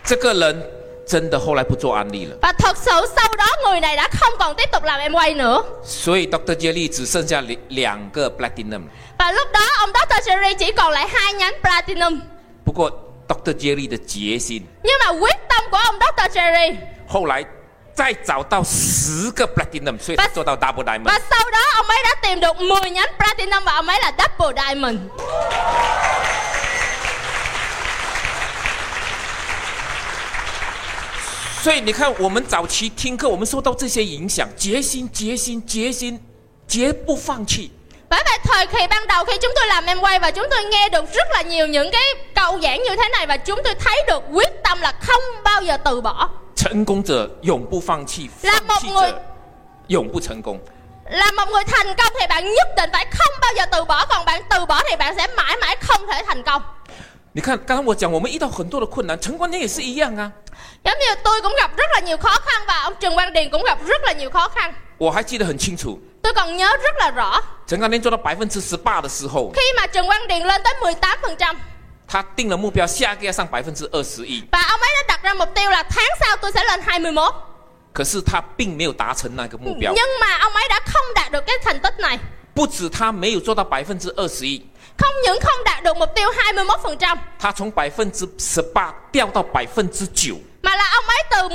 S1: 这个人真的后来不做安利了，
S2: Và thật sự sau đó người này đã không còn tiếp tục làm em quay nữa.
S1: 所以 Dr. Jerry 只剩下两两个 platinum。
S2: Và lúc đó ông Dr. Jerry chỉ còn lại hai nhánh Platinum.
S1: 不过 Dr. Jerry 的决心，
S2: Nhưng mà quyết tâm của ông Dr. Jerry
S1: 后来再找到十个 platinum，所以他做到 double diamond。
S2: Và sau đó ông ấy đã tìm được 10 nhánh Platinum và ông ấy là Double Diamond
S1: 所以你看，我们早期听课，我们受到这些影响，决心、决心、决心，绝不放弃。
S2: Bởi vậy thời kỳ ban đầu khi chúng tôi làm em quay và chúng tôi nghe được rất là nhiều những cái câu giảng như thế này Và chúng tôi thấy được quyết tâm là không bao giờ từ bỏ
S1: 成功者永不放弃，放
S2: 那么
S1: 弃
S2: 我
S1: 者永不成功。
S2: Là một người thành công thì bạn nhất định phải không bao giờ từ bỏ Còn bạn từ bỏ thì bạn sẽ mãi mãi không thể thành công
S1: 你看，刚才我讲，我们遇到很多的困难，陈冠天也是一样啊。
S2: Giống như tôi cũng gặp rất là nhiều khó khăn và ông Trần Quang Điền cũng gặp rất là nhiều khó khăn
S1: 我还记得很清楚，
S2: Tôi còn nhớ rất là rõ
S1: 陈冠天做到百分之十八的时候，
S2: Khi mà Trần Quang Điền lên tới 18%
S1: 他定了目标，下个月上百分之二十一，
S2: Và ông ấy đã đặt ra mục tiêu là tháng sau tôi sẽ lên 21
S1: 可是他并没有达成那个目标。
S2: Nhưng mà ông ấy đã không đạt được cái thành tích này
S1: 不止他没有做到百分之二十一，
S2: Không những không đạt được mục tiêu 21%
S1: 他从百分之十八掉到百分之九。
S2: Mà là ông ấy từ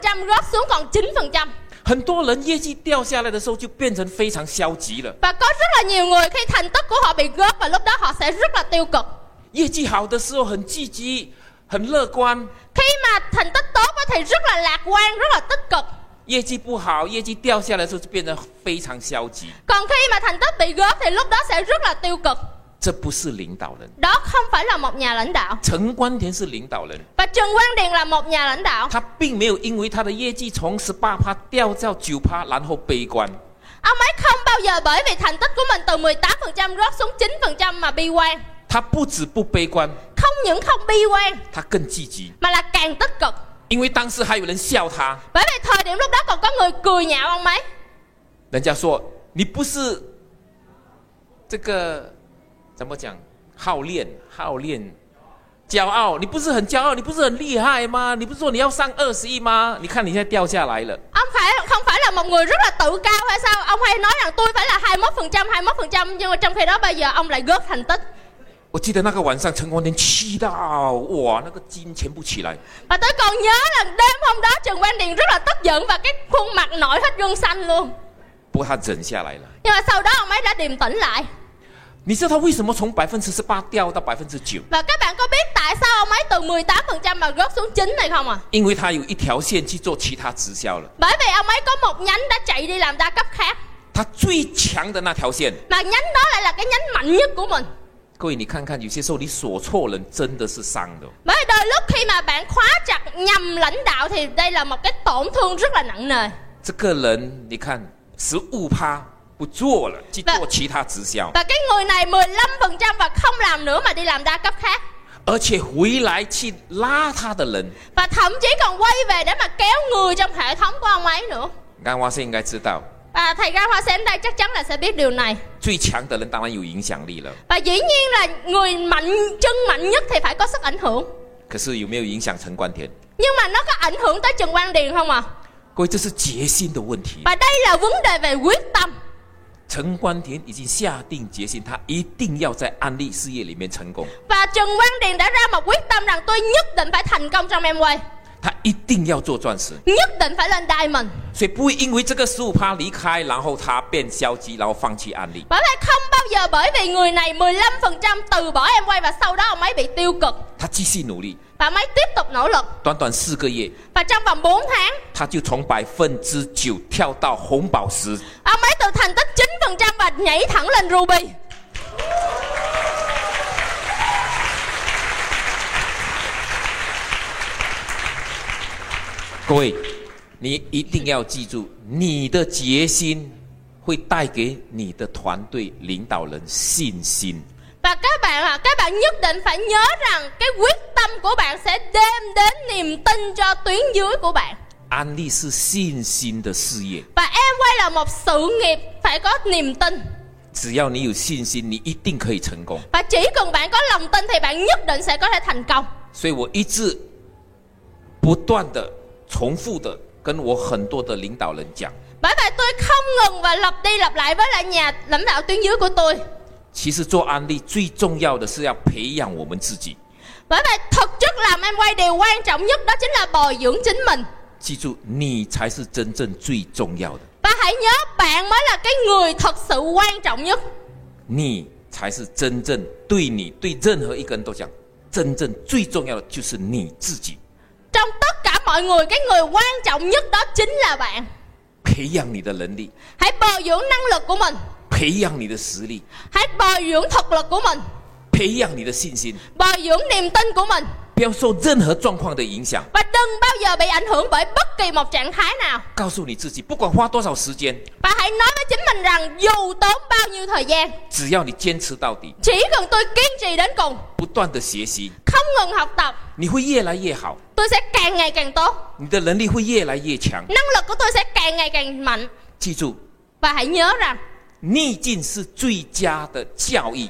S2: 18% rớt xuống còn 9%
S1: 很多人业绩掉下来的时候，就变成非常消极了。
S2: Và có rất là nhiều người khi thành tích của họ bị gớt Và lúc đó họ sẽ rất là tiêu cực
S1: 业绩好的时候很积极、很乐观；
S2: Khi mà thành tích tốt á thì rất là lạc quan, rất là tích cực
S1: 业绩不好、业绩掉下来的时候，就变得非常消极。
S2: Còn khi mà thành tích bị gớt thì lúc đó sẽ rất là tiêu cực
S1: 这不是领导人，
S2: Đó không phải là một nhà lãnh đạo
S1: 陈观田是领导人，
S2: Và Trần Quang Điền là một nhà lãnh đạo
S1: 他并没有因为他的业绩从十八趴掉到九趴，然后悲观。
S2: Ông ấy không bao giờ bởi vì thành tích của mình từ 18% rớt xuống 9% mà bi quan
S1: 他不止不悲观，
S2: Không những không bi quan
S1: 他更积极，
S2: mà là càng tích cực
S1: 因为当时还有人笑他，
S2: Bởi vì thời điểm lúc đó còn có người cười nhạo ông ấy
S1: 人家说你不是这个怎么讲好练好练，骄傲，你不是很骄傲，你不是很厉害吗？你不是说你要上二十亿吗？你看你现在掉下来了，
S2: Ông phải không phải là một người rất là tự cao hay sao Ông hay nói rằng tôi phải là 21% 21% Nhưng mà trong khi đó bây giờ ông lại gớt thành tích
S1: 我记得那个晚上陈光天气到哇，那个筋全部起来，
S2: Và tôi còn nhớ là đêm hôm đó Trần Quang Điền rất là tức giận Và cái khuôn mặt nổi hết gân xanh luôn
S1: 不过他忍下来了。
S2: Nhưng mà sau đó ông ấy đã điềm tĩnh lại
S1: 你知道他为什么从百分之十八掉到百分之九？
S2: Và các bạn có biết tại sao ông ấy từ 18% mà gớt xuống 9 này không ạ? À?
S1: 因为他有一条线去做其他直销了，
S2: Bởi vì ông ấy có một nhánh đã chạy đi làm đa cấp khác
S1: 他最强的那条线。
S2: Mà nhánh đó lại là cái nhánh mạnh nhất của mình
S1: 各位，你看看，有些时候你锁错人，真的是伤的哦。
S2: Bởi vì đôi lúc khi mà bạn khóa chặt nhầm lãnh đạo Thì đây là một cái tổn thương rất là nặng nề
S1: 这个人，你看，十五趴不做了，去做其他直销，
S2: Và cái người này 15% và không làm nữa mà đi làm đa cấp khác
S1: 而且回来去拉他的人，
S2: Và thậm chí còn quay về để mà kéo người trong hệ thống của ông ấy nữa
S1: 安华是应该知道，
S2: Và thầy Ra Hoa Sen đây chắc chắn là sẽ biết điều này
S1: 最强的人当然有影响力了，
S2: Và dĩ nhiên là người mạnh, chân mạnh nhất thì phải có sức ảnh hưởng
S1: 可是有没有影响陈冠田？
S2: Nhưng mà nó có ảnh hưởng tới Trần Quang Điền không ạ? À?
S1: 各位，这是决心的问题。
S2: Và đây là vấn đề về quyết tâm
S1: 陈冠田已经下定决心，他一定要在安利事业里面成功。
S2: Và Trần Quang Điền đã ra một quyết tâm rằng tôi nhất định phải thành công trong em quay
S1: 他一定要做钻石，
S2: nhất định phải lên diamond.
S1: 所以不会因为这个树他离开，然后他变消极，然后放弃安利。
S2: Bởi vậy không bao giờ bởi vì người này 15% từ bỏ em quay và sau đó ông ấy bị tiêu cực.
S1: 他继续努力，
S2: Và ông ấy tiếp tục nỗ lực.
S1: 短短四个月，
S2: Và trong vòng 4 tháng,
S1: 他就从百分之九跳到红宝石。
S2: ông ấy từ thành tích 9% và nhảy thẳng lên ruby.
S1: Các bạn, các bạn phải nhớ, quyết tâm của các bạn sẽ mang lại cho các bạn một kết quả tốt hơn. Các bạn phải nhớ, quyết tâm của các bạn sẽ mang lại cho các bạn một kết quả tốt hơn. Các bạn phải nhớ, quyết tâm của các bạn sẽ mang lại cho các bạn một kết quả tốt hơn. Các bạn phải nhớ, quyết tâm của các bạn sẽ mang lại cho các bạn một kết quả tốt hơn. Các bạn phải nhớ, quyết tâm của các bạn sẽ mang lại cho các bạn một kết quả tốt hơn. Các bạn phải nhớ, quyết tâm của các bạn sẽ mang lại cho các bạn một kết quả tốt hơn. Các bạn phải nhớ, quyết tâm của các bạn sẽ mang lại cho các bạn một kết quả tốt hơn. Các bạn phải nhớ, quyết tâm của các bạn sẽ mang lại cho các bạn một kết quả tốt hơn. Các bạn phải nhớ, quyết tâm của các bạn sẽ mang lại cho các bạn một kết quả tốt hơn. Các bạn phải nhớ, quyết tâm của các bạn sẽ mang lại cho các bạn một kết quả tốt hơn. Các bạn phải nhớ, quyết tâm của các bạn sẽ mang lại cho các bạn một kết quả tốt hơn. Các bạn phải nhớ, quyết tâm của các bạn sẽ mang lại cho các bạn một kết quả tốt hơn. Các bạn phải nhớ, quyết tâm của các bạn sẽ mang lại cho các bạn một kết quả tốt hơn. Các bạn phải nhớ, quyết tâm của các bạn sẽ mang lại cho các bạn một kết quả tốt hơn. Các bạn phải nhớ, quyết tâm của các bạn sẽ mang lại cho các bạn một kết quả tốt hơn. Các bạn phải nhớ, quyết tâm của các bạn sẽ mang lại cho 给你的团队领导人信心。
S2: Và các bạn ạ, các bạn nhất định phải nhớ rằng cái quyết tâm của bạn sẽ đem đến niềm tin cho tuyến dưới của bạn.
S1: 安利是信心的事业，
S2: Và em quay là một sự nghiệp phải có niềm tin.
S1: 只要你有信心，你一定可以成功。
S2: Và chỉ cần bạn có lòng tin thì bạn nhất định sẽ có thể thành công.
S1: 所以我一直不断的、重复的跟我很多的领导人讲，
S2: Bởi vậy tôi không ngừng và lặp đi lặp lại với lại nhà lãnh đạo tuyến dưới của tôi.
S1: 其实做安利最重要的是要培养我们自己。
S2: Bởi vậy thực chất làm em quay điều quan trọng nhất đó chính là bồi dưỡng chính mình.
S1: 记住，你才是真正最重要的，
S2: Và hãy nhớ bạn mới là cái người thật sự quan trọng nhất.
S1: 你才是真正对你对任何一个人都讲，真正最重要的就是你自己。
S2: Trong tất cả mọi người cái người quan trọng nhất đó chính là bạn.
S1: 培养你的能力，
S2: Hãy bồi dưỡng năng lực của mình,
S1: 培养你的实力，
S2: hãy bồi dưỡng thực lực của mình,
S1: 培养你的信心，
S2: bồi dưỡng niềm tin của mình
S1: 不要受任何状况的影响。
S2: và đừng bao giờ bị ảnh hưởng bởi bất kỳ một trạng thái nào.
S1: 告诉你自己，不管花多少时间，
S2: Và hãy nói với chính mình rằng dù tốn bao nhiêu thời gian,
S1: 只要你坚持到底，
S2: chỉ cần tôi kiên trì đến cùng,
S1: 不断的学习，
S2: không ngừng học tập,
S1: 你会越来越好，
S2: tôi sẽ càng ngày càng tốt,
S1: 你的能力会越来越强。
S2: năng lực của tôi sẽ càng ngày càng mạnh.
S1: 记住，
S2: Và hãy nhớ rằng
S1: 逆境是最佳的教育。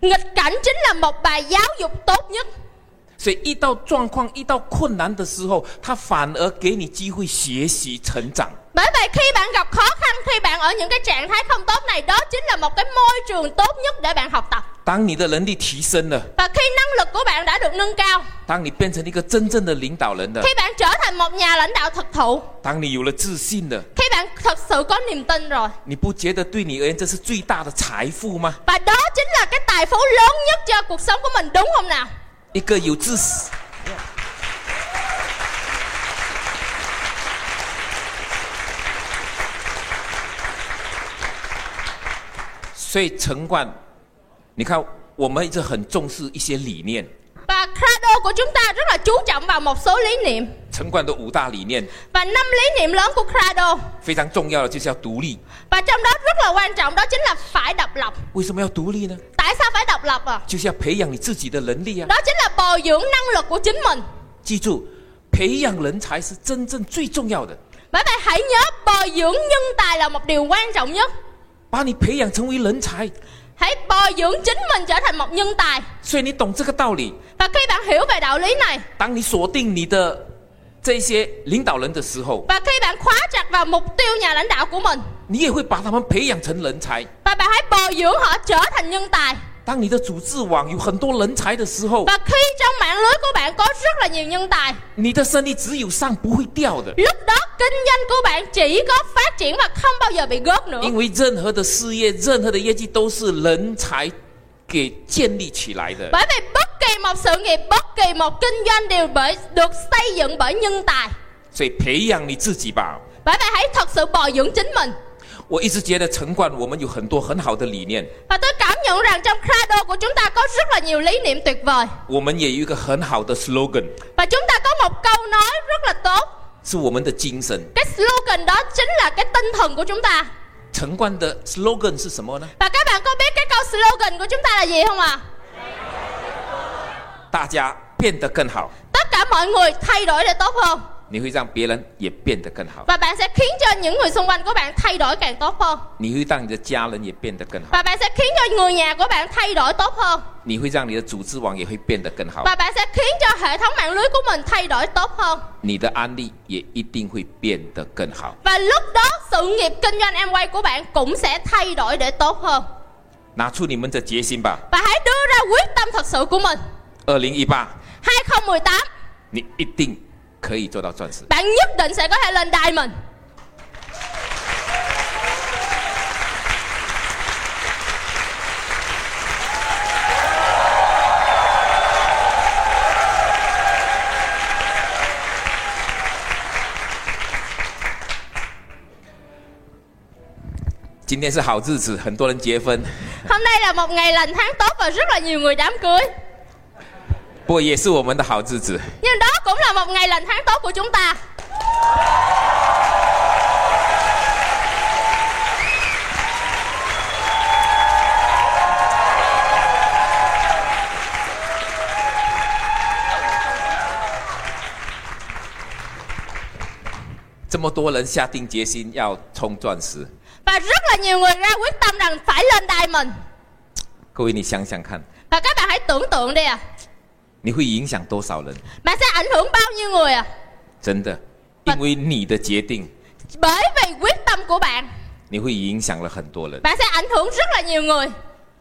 S2: nghịch cảnh chính là một bài giáo dục tốt nhất.
S1: 所以遇到状况、遇到困难的时候，他反而给你机会学习成长。
S2: Bởi vậy khi bạn gặp khó khăn, khi bạn ở những cái trạng thái không tốt này đó chính là một cái môi trường tốt nhất để bạn học tập.
S1: 当你的能力提升了，
S2: Và khi năng lực của bạn đã được nâng cao,
S1: 当你变成一个真正的领导人了
S2: khi，bạn trở thành một nhà lãnh đạo thực thụ,
S1: 当你有了自信了，
S2: khi bạn thật sự có niềm tin rồi
S1: 你不觉得对你而言这是最大的财富吗？
S2: và đó chính là cái tài phú lớn nhất cho cuộc sống của mình đúng không nào?
S1: 一个有自信，所以陈冠，你看我们一直很重视一些理念，
S2: Và Credo của chúng ta rất là chú trọng vào một số lý niệm
S1: 陈冠的五大理念
S2: và năm lý niệm lớn của Credo
S1: 非常重要的就是要独立。
S2: và trong đó rất là quan trọng đó chính là phải độc lập.
S1: 为什么要独立呢？
S2: Tại sao phải độc lập à?
S1: 就是要培养你自己的能力啊！
S2: Đó chính là bồi dưỡng năng lực của chính mình.
S1: 记住，培养人才是真正最重要的。
S2: Bởi vậy hãy nhớ bồi dưỡng nhân tài là một điều quan trọng nhất.
S1: 把你培养成为人才，
S2: Hãy bồi dưỡng chính mình trở thành một nhân tài.
S1: 所以你懂这个道理。
S2: Và khi bạn hiểu về đạo lý này
S1: 当你锁定你的这些领导人的时候，
S2: và khi bạn khóa chặt vào mục tiêu nhà lãnh đạo của mình
S1: 你也会把他们培养成人才。
S2: và bạn hãy bồi dưỡng họ trở thành nhân tài
S1: 当你的组织网有很多人才的时候，
S2: và khi trong mạng lưới của bạn có rất là nhiều nhân tài
S1: 你的生意只有上不会掉的，
S2: lúc đó kinh doanh của bạn chỉ có phát triển và không bao giờ bị gớt nữa
S1: 因为任何的事业、任何的业绩都是人才给建立起来的。
S2: bởi vì bất kỳ một sự nghiệp bất kỳ một kinh doanh đều bởi được xây dựng bởi nhân tài
S1: 所以培养你自己吧。
S2: bởi vậy hãy thật sự bồi dưỡng chính mình
S1: 我一直觉得城管我们有很多很好的理念，
S2: và tôi cảm nhận rằng trong Credo của chúng ta có rất là nhiều lý niệm tuyệt vời
S1: 我们也有一个很好的 slogan，
S2: và chúng ta có một câu nói rất là tốt
S1: 是我们的精神。
S2: cái slogan đó chính là cái tinh thần của chúng ta
S1: 城管的 slogan 是什么呢？
S2: và các bạn có biết cái câu slogan của chúng ta là gì không ạ à?
S1: 大家变得更好，
S2: tất cả mọi người thay đổi để tốt hơn
S1: 你会让别人也变得更好，
S2: và bạn sẽ khiến cho những người xung quanh của bạn thay đổi càng tốt hơn
S1: 你会让你的家人也变得更好，
S2: và bạn sẽ khiến cho người nhà của bạn thay đổi tốt hơn
S1: 你会让你的组织网也会变得更好，
S2: và bạn sẽ khiến cho hệ thống mạng lưới của mình thay đổi tốt hơn
S1: 你的安利也一定会变得更好。
S2: và lúc đó sự nghiệp kinh doanh em quay của bạn cũng sẽ thay đổi để tốt hơn
S1: 拿出你们的决心吧！
S2: và hãy đưa ra quyết tâm thật sự của mình
S1: 二零一八，
S2: 2018
S1: 你一定可以做到钻石。
S2: Bạn nhất định sẽ có thể lên diamond.
S1: Hôm nay là hảo nhật tử, 很多人结婚，
S2: Hôm nay là một ngày lành tháng tốt và rất là nhiều người đám cưới.
S1: 不过也是我们的好日子。
S2: Nhưng đó cũng là một ngày lành tháng tốt của chúng ta.
S1: Rất nhiều người下定决心要冲钻石。
S2: Và rất là nhiều người ra quyết tâm rằng phải lên diamond.
S1: 各位，你想想看，
S2: Và các bạn hãy tưởng tượng đi à.
S1: 你会影响多少人？
S2: Bạn sẽ ảnh hưởng bao nhiêu người à?
S1: 真的，因为你的决定，
S2: Bởi vì quyết tâm của bạn,
S1: 你会影响了很多人。
S2: bạn sẽ ảnh hưởng rất là nhiều người.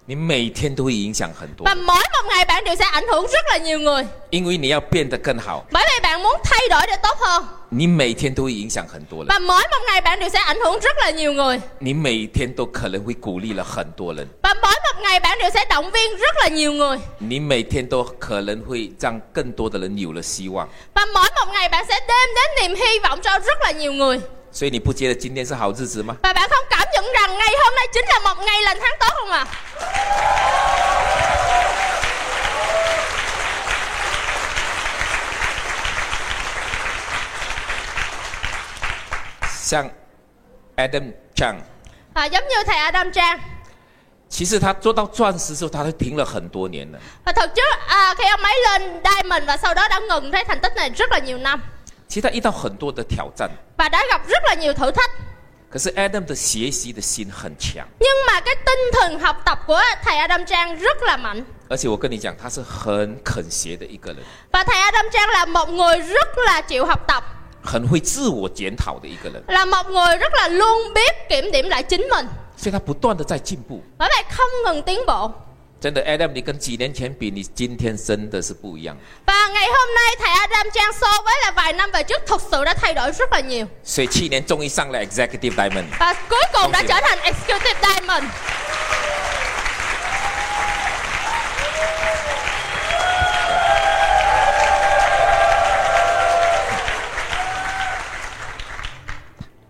S1: 你每天都会影响很多
S2: Và
S1: 人，
S2: mỗi một ngày bạn đều sẽ ảnh hưởng rất là nhiều người.
S1: 因为你要变得更好，
S2: Bởi vì bạn muốn thay đổi để tốt hơn.
S1: 你每天都会影响很多人，
S2: Và mỗi một ngày bạn đều sẽ ảnh hưởng rất là nhiều người.
S1: 你每天都可能会鼓励了很多人，
S2: Và mỗi một ngày bạn đều sẽ động viên rất là nhiều người.
S1: 你每天都可能会让更多的人有了希望。
S2: Và mỗi một ngày bạn sẽ đem đến niềm hy vọng cho rất là nhiều người.
S1: 所以你不觉得今天是好日子吗？
S2: Và bạn không cảm nhận rằng ngày hôm nay chính là một ngày lành tháng tốt không ạ? À?
S1: 像 Adam Chang，
S2: À, giống như thầy Adam Trang.
S1: 其实他做到钻石之后，他都停了很多年了。
S2: Và thật chứ à, khi ông ấy lên Diamond và sau đó đã ngừng thấy thành tích này rất là nhiều năm.
S1: 其实他遇到很多的挑战，
S2: Và đã gặp rất là nhiều thử thách.
S1: 可是 Adam 的学习的心很强，
S2: Nhưng mà cái tinh thần học tập của thầy Adam Trang rất là mạnh.
S1: 而且我跟你讲，他是很肯学的一个人，
S2: Và thầy Adam Trang là một người rất là chịu học tập.
S1: 很会自我检讨的一个人，
S2: Là một người rất là luôn biết kiểm điểm lại chính mình.
S1: 所以他不断的在进步。
S2: Bởi vậy không ngừng tiến bộ.
S1: 真的，Adam，你跟几年前比，你今天真的是不一样。
S2: Và ngày hôm nay thầy Adam Trang so với là vài năm về trước thực sự đã thay đổi rất là nhiều.
S1: 所以去年终于上了 Executive Diamond。
S2: Và cuối cùng đã
S1: Không chịu.
S2: trở thành Executive Diamond.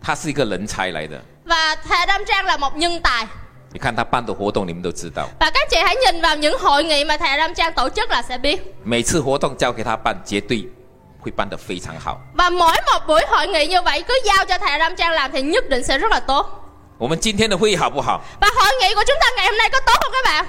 S1: 他是一个人才来的，
S2: Và thầy Adam Trang là một nhân tài.
S1: 你看他办的活动，你们都知道，
S2: Và các chị hãy nhìn vào những hội nghị mà thầy Adam Trang tổ chức là sẽ biết.
S1: 每次活动交给他办，绝对会办得非常好。
S2: Và mỗi một buổi hội nghị như vậy cứ giao cho thầy Adam Trang làm thì nhất định sẽ rất là tốt.
S1: 我们今天的会议好不好？
S2: Và hội nghị của chúng ta ngày hôm nay có tốt không các bạn?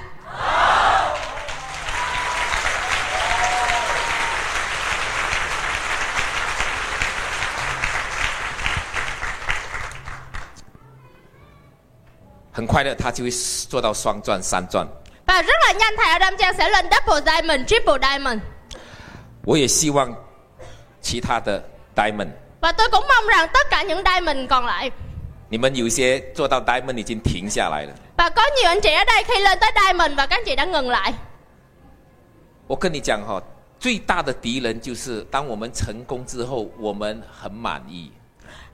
S1: 很快的，他就会做到双钻、三钻。
S2: Và rất là nhanh thầy Adam Trang sẽ lên Double Diamond, Triple Diamond.
S1: 我也希望其他的 Diamond，
S2: Và tôi cũng mong rằng tất cả những Diamond còn lại
S1: 你们有一些做到 Diamond 已经停下来了。
S2: Và có nhiều anh chị ở đây khi lên tới Diamond và các anh chị đã ngừng lại
S1: 我跟你讲哈、哦，最大的敌人就是当我们成功之后，我们很满意，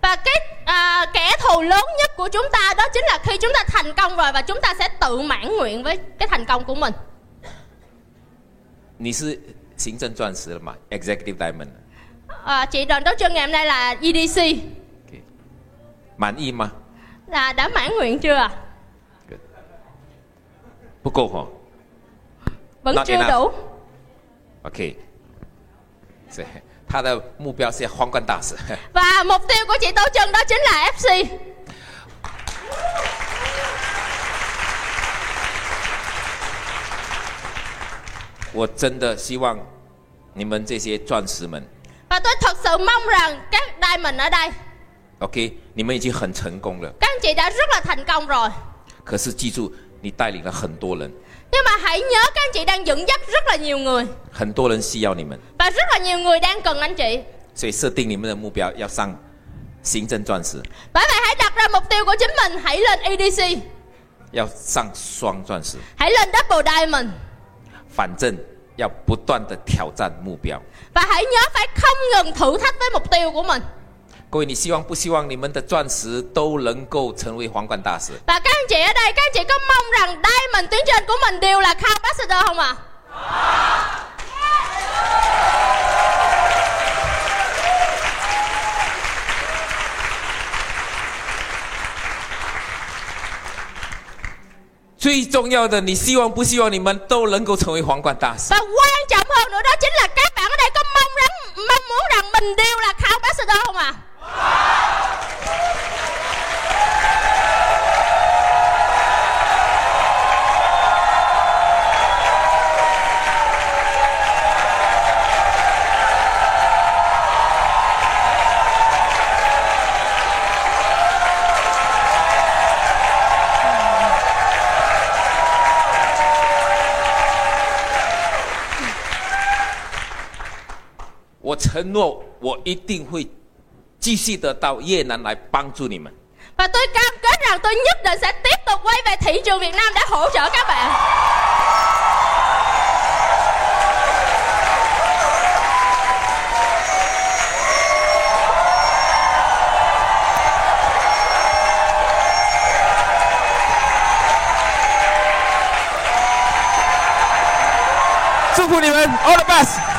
S2: Và cái à, kẻ thù lớn nhất của chúng ta đó chính là khi chúng ta thành công rồi Và chúng ta sẽ tự mãn nguyện với cái thành công của mình
S1: 你是行政钻石了嘛？Executive Diamond，
S2: à, Chị đoàn đấu chân ngày hôm nay là E EDC
S1: 满意吗？
S2: là đã mãn nguyện chưa ạ?
S1: 不够哦哈、
S2: Vẫn
S1: Not
S2: chưa
S1: enough.
S2: đủ
S1: OK，这他的目标是要皇冠大使。
S2: Và mục tiêu của chị Tố Chân đó chính là FC
S1: 我真的希望你们这些钻石们
S2: Và tôi thật sự mong rằng các Diamond ở đây
S1: ，OK，你们已经很成功了，
S2: Các anh chị đã rất là thành công rồi
S1: 可是记住，你带领了很多人，
S2: Nhưng mà hãy nhớ các anh chị đang dẫn dắt rất là nhiều người
S1: 很多人需要你们，
S2: Và rất là nhiều người đang cần anh chị
S1: 所以设定你们的目标要上行政钻石，
S2: Bởi vậy hãy đặt ra mục tiêu của chính mình Hãy lên E EDC
S1: 要上双钻石，
S2: Hãy lên Double Diamond
S1: 反正要不断的挑战目标。
S2: và hãy nhớ phải không ngừng thử thách với mục tiêu của mình
S1: 各位，你希望不希望你们的钻石都能够成为皇冠大师？
S2: và các anh chị ở đây các anh chị có mong rằng diamond tuyến trên của mình đều là crown ambassador không ạ
S1: 最重要的，你希望不希望你们都能够成为皇冠大师？
S2: và quan trọng hơn nữa đó chính là các bạn ở đây có mong rằng mong muốn rằng mình đều là crown ambassador không ạ
S1: 我承诺，我一定会继续的到越南来帮助你们。
S2: và tôi cam kết rằng tôi nhất định sẽ tiếp tục quay về thị trường Việt Nam để hỗ trợ các bạn
S1: All the best。
S2: Vâng,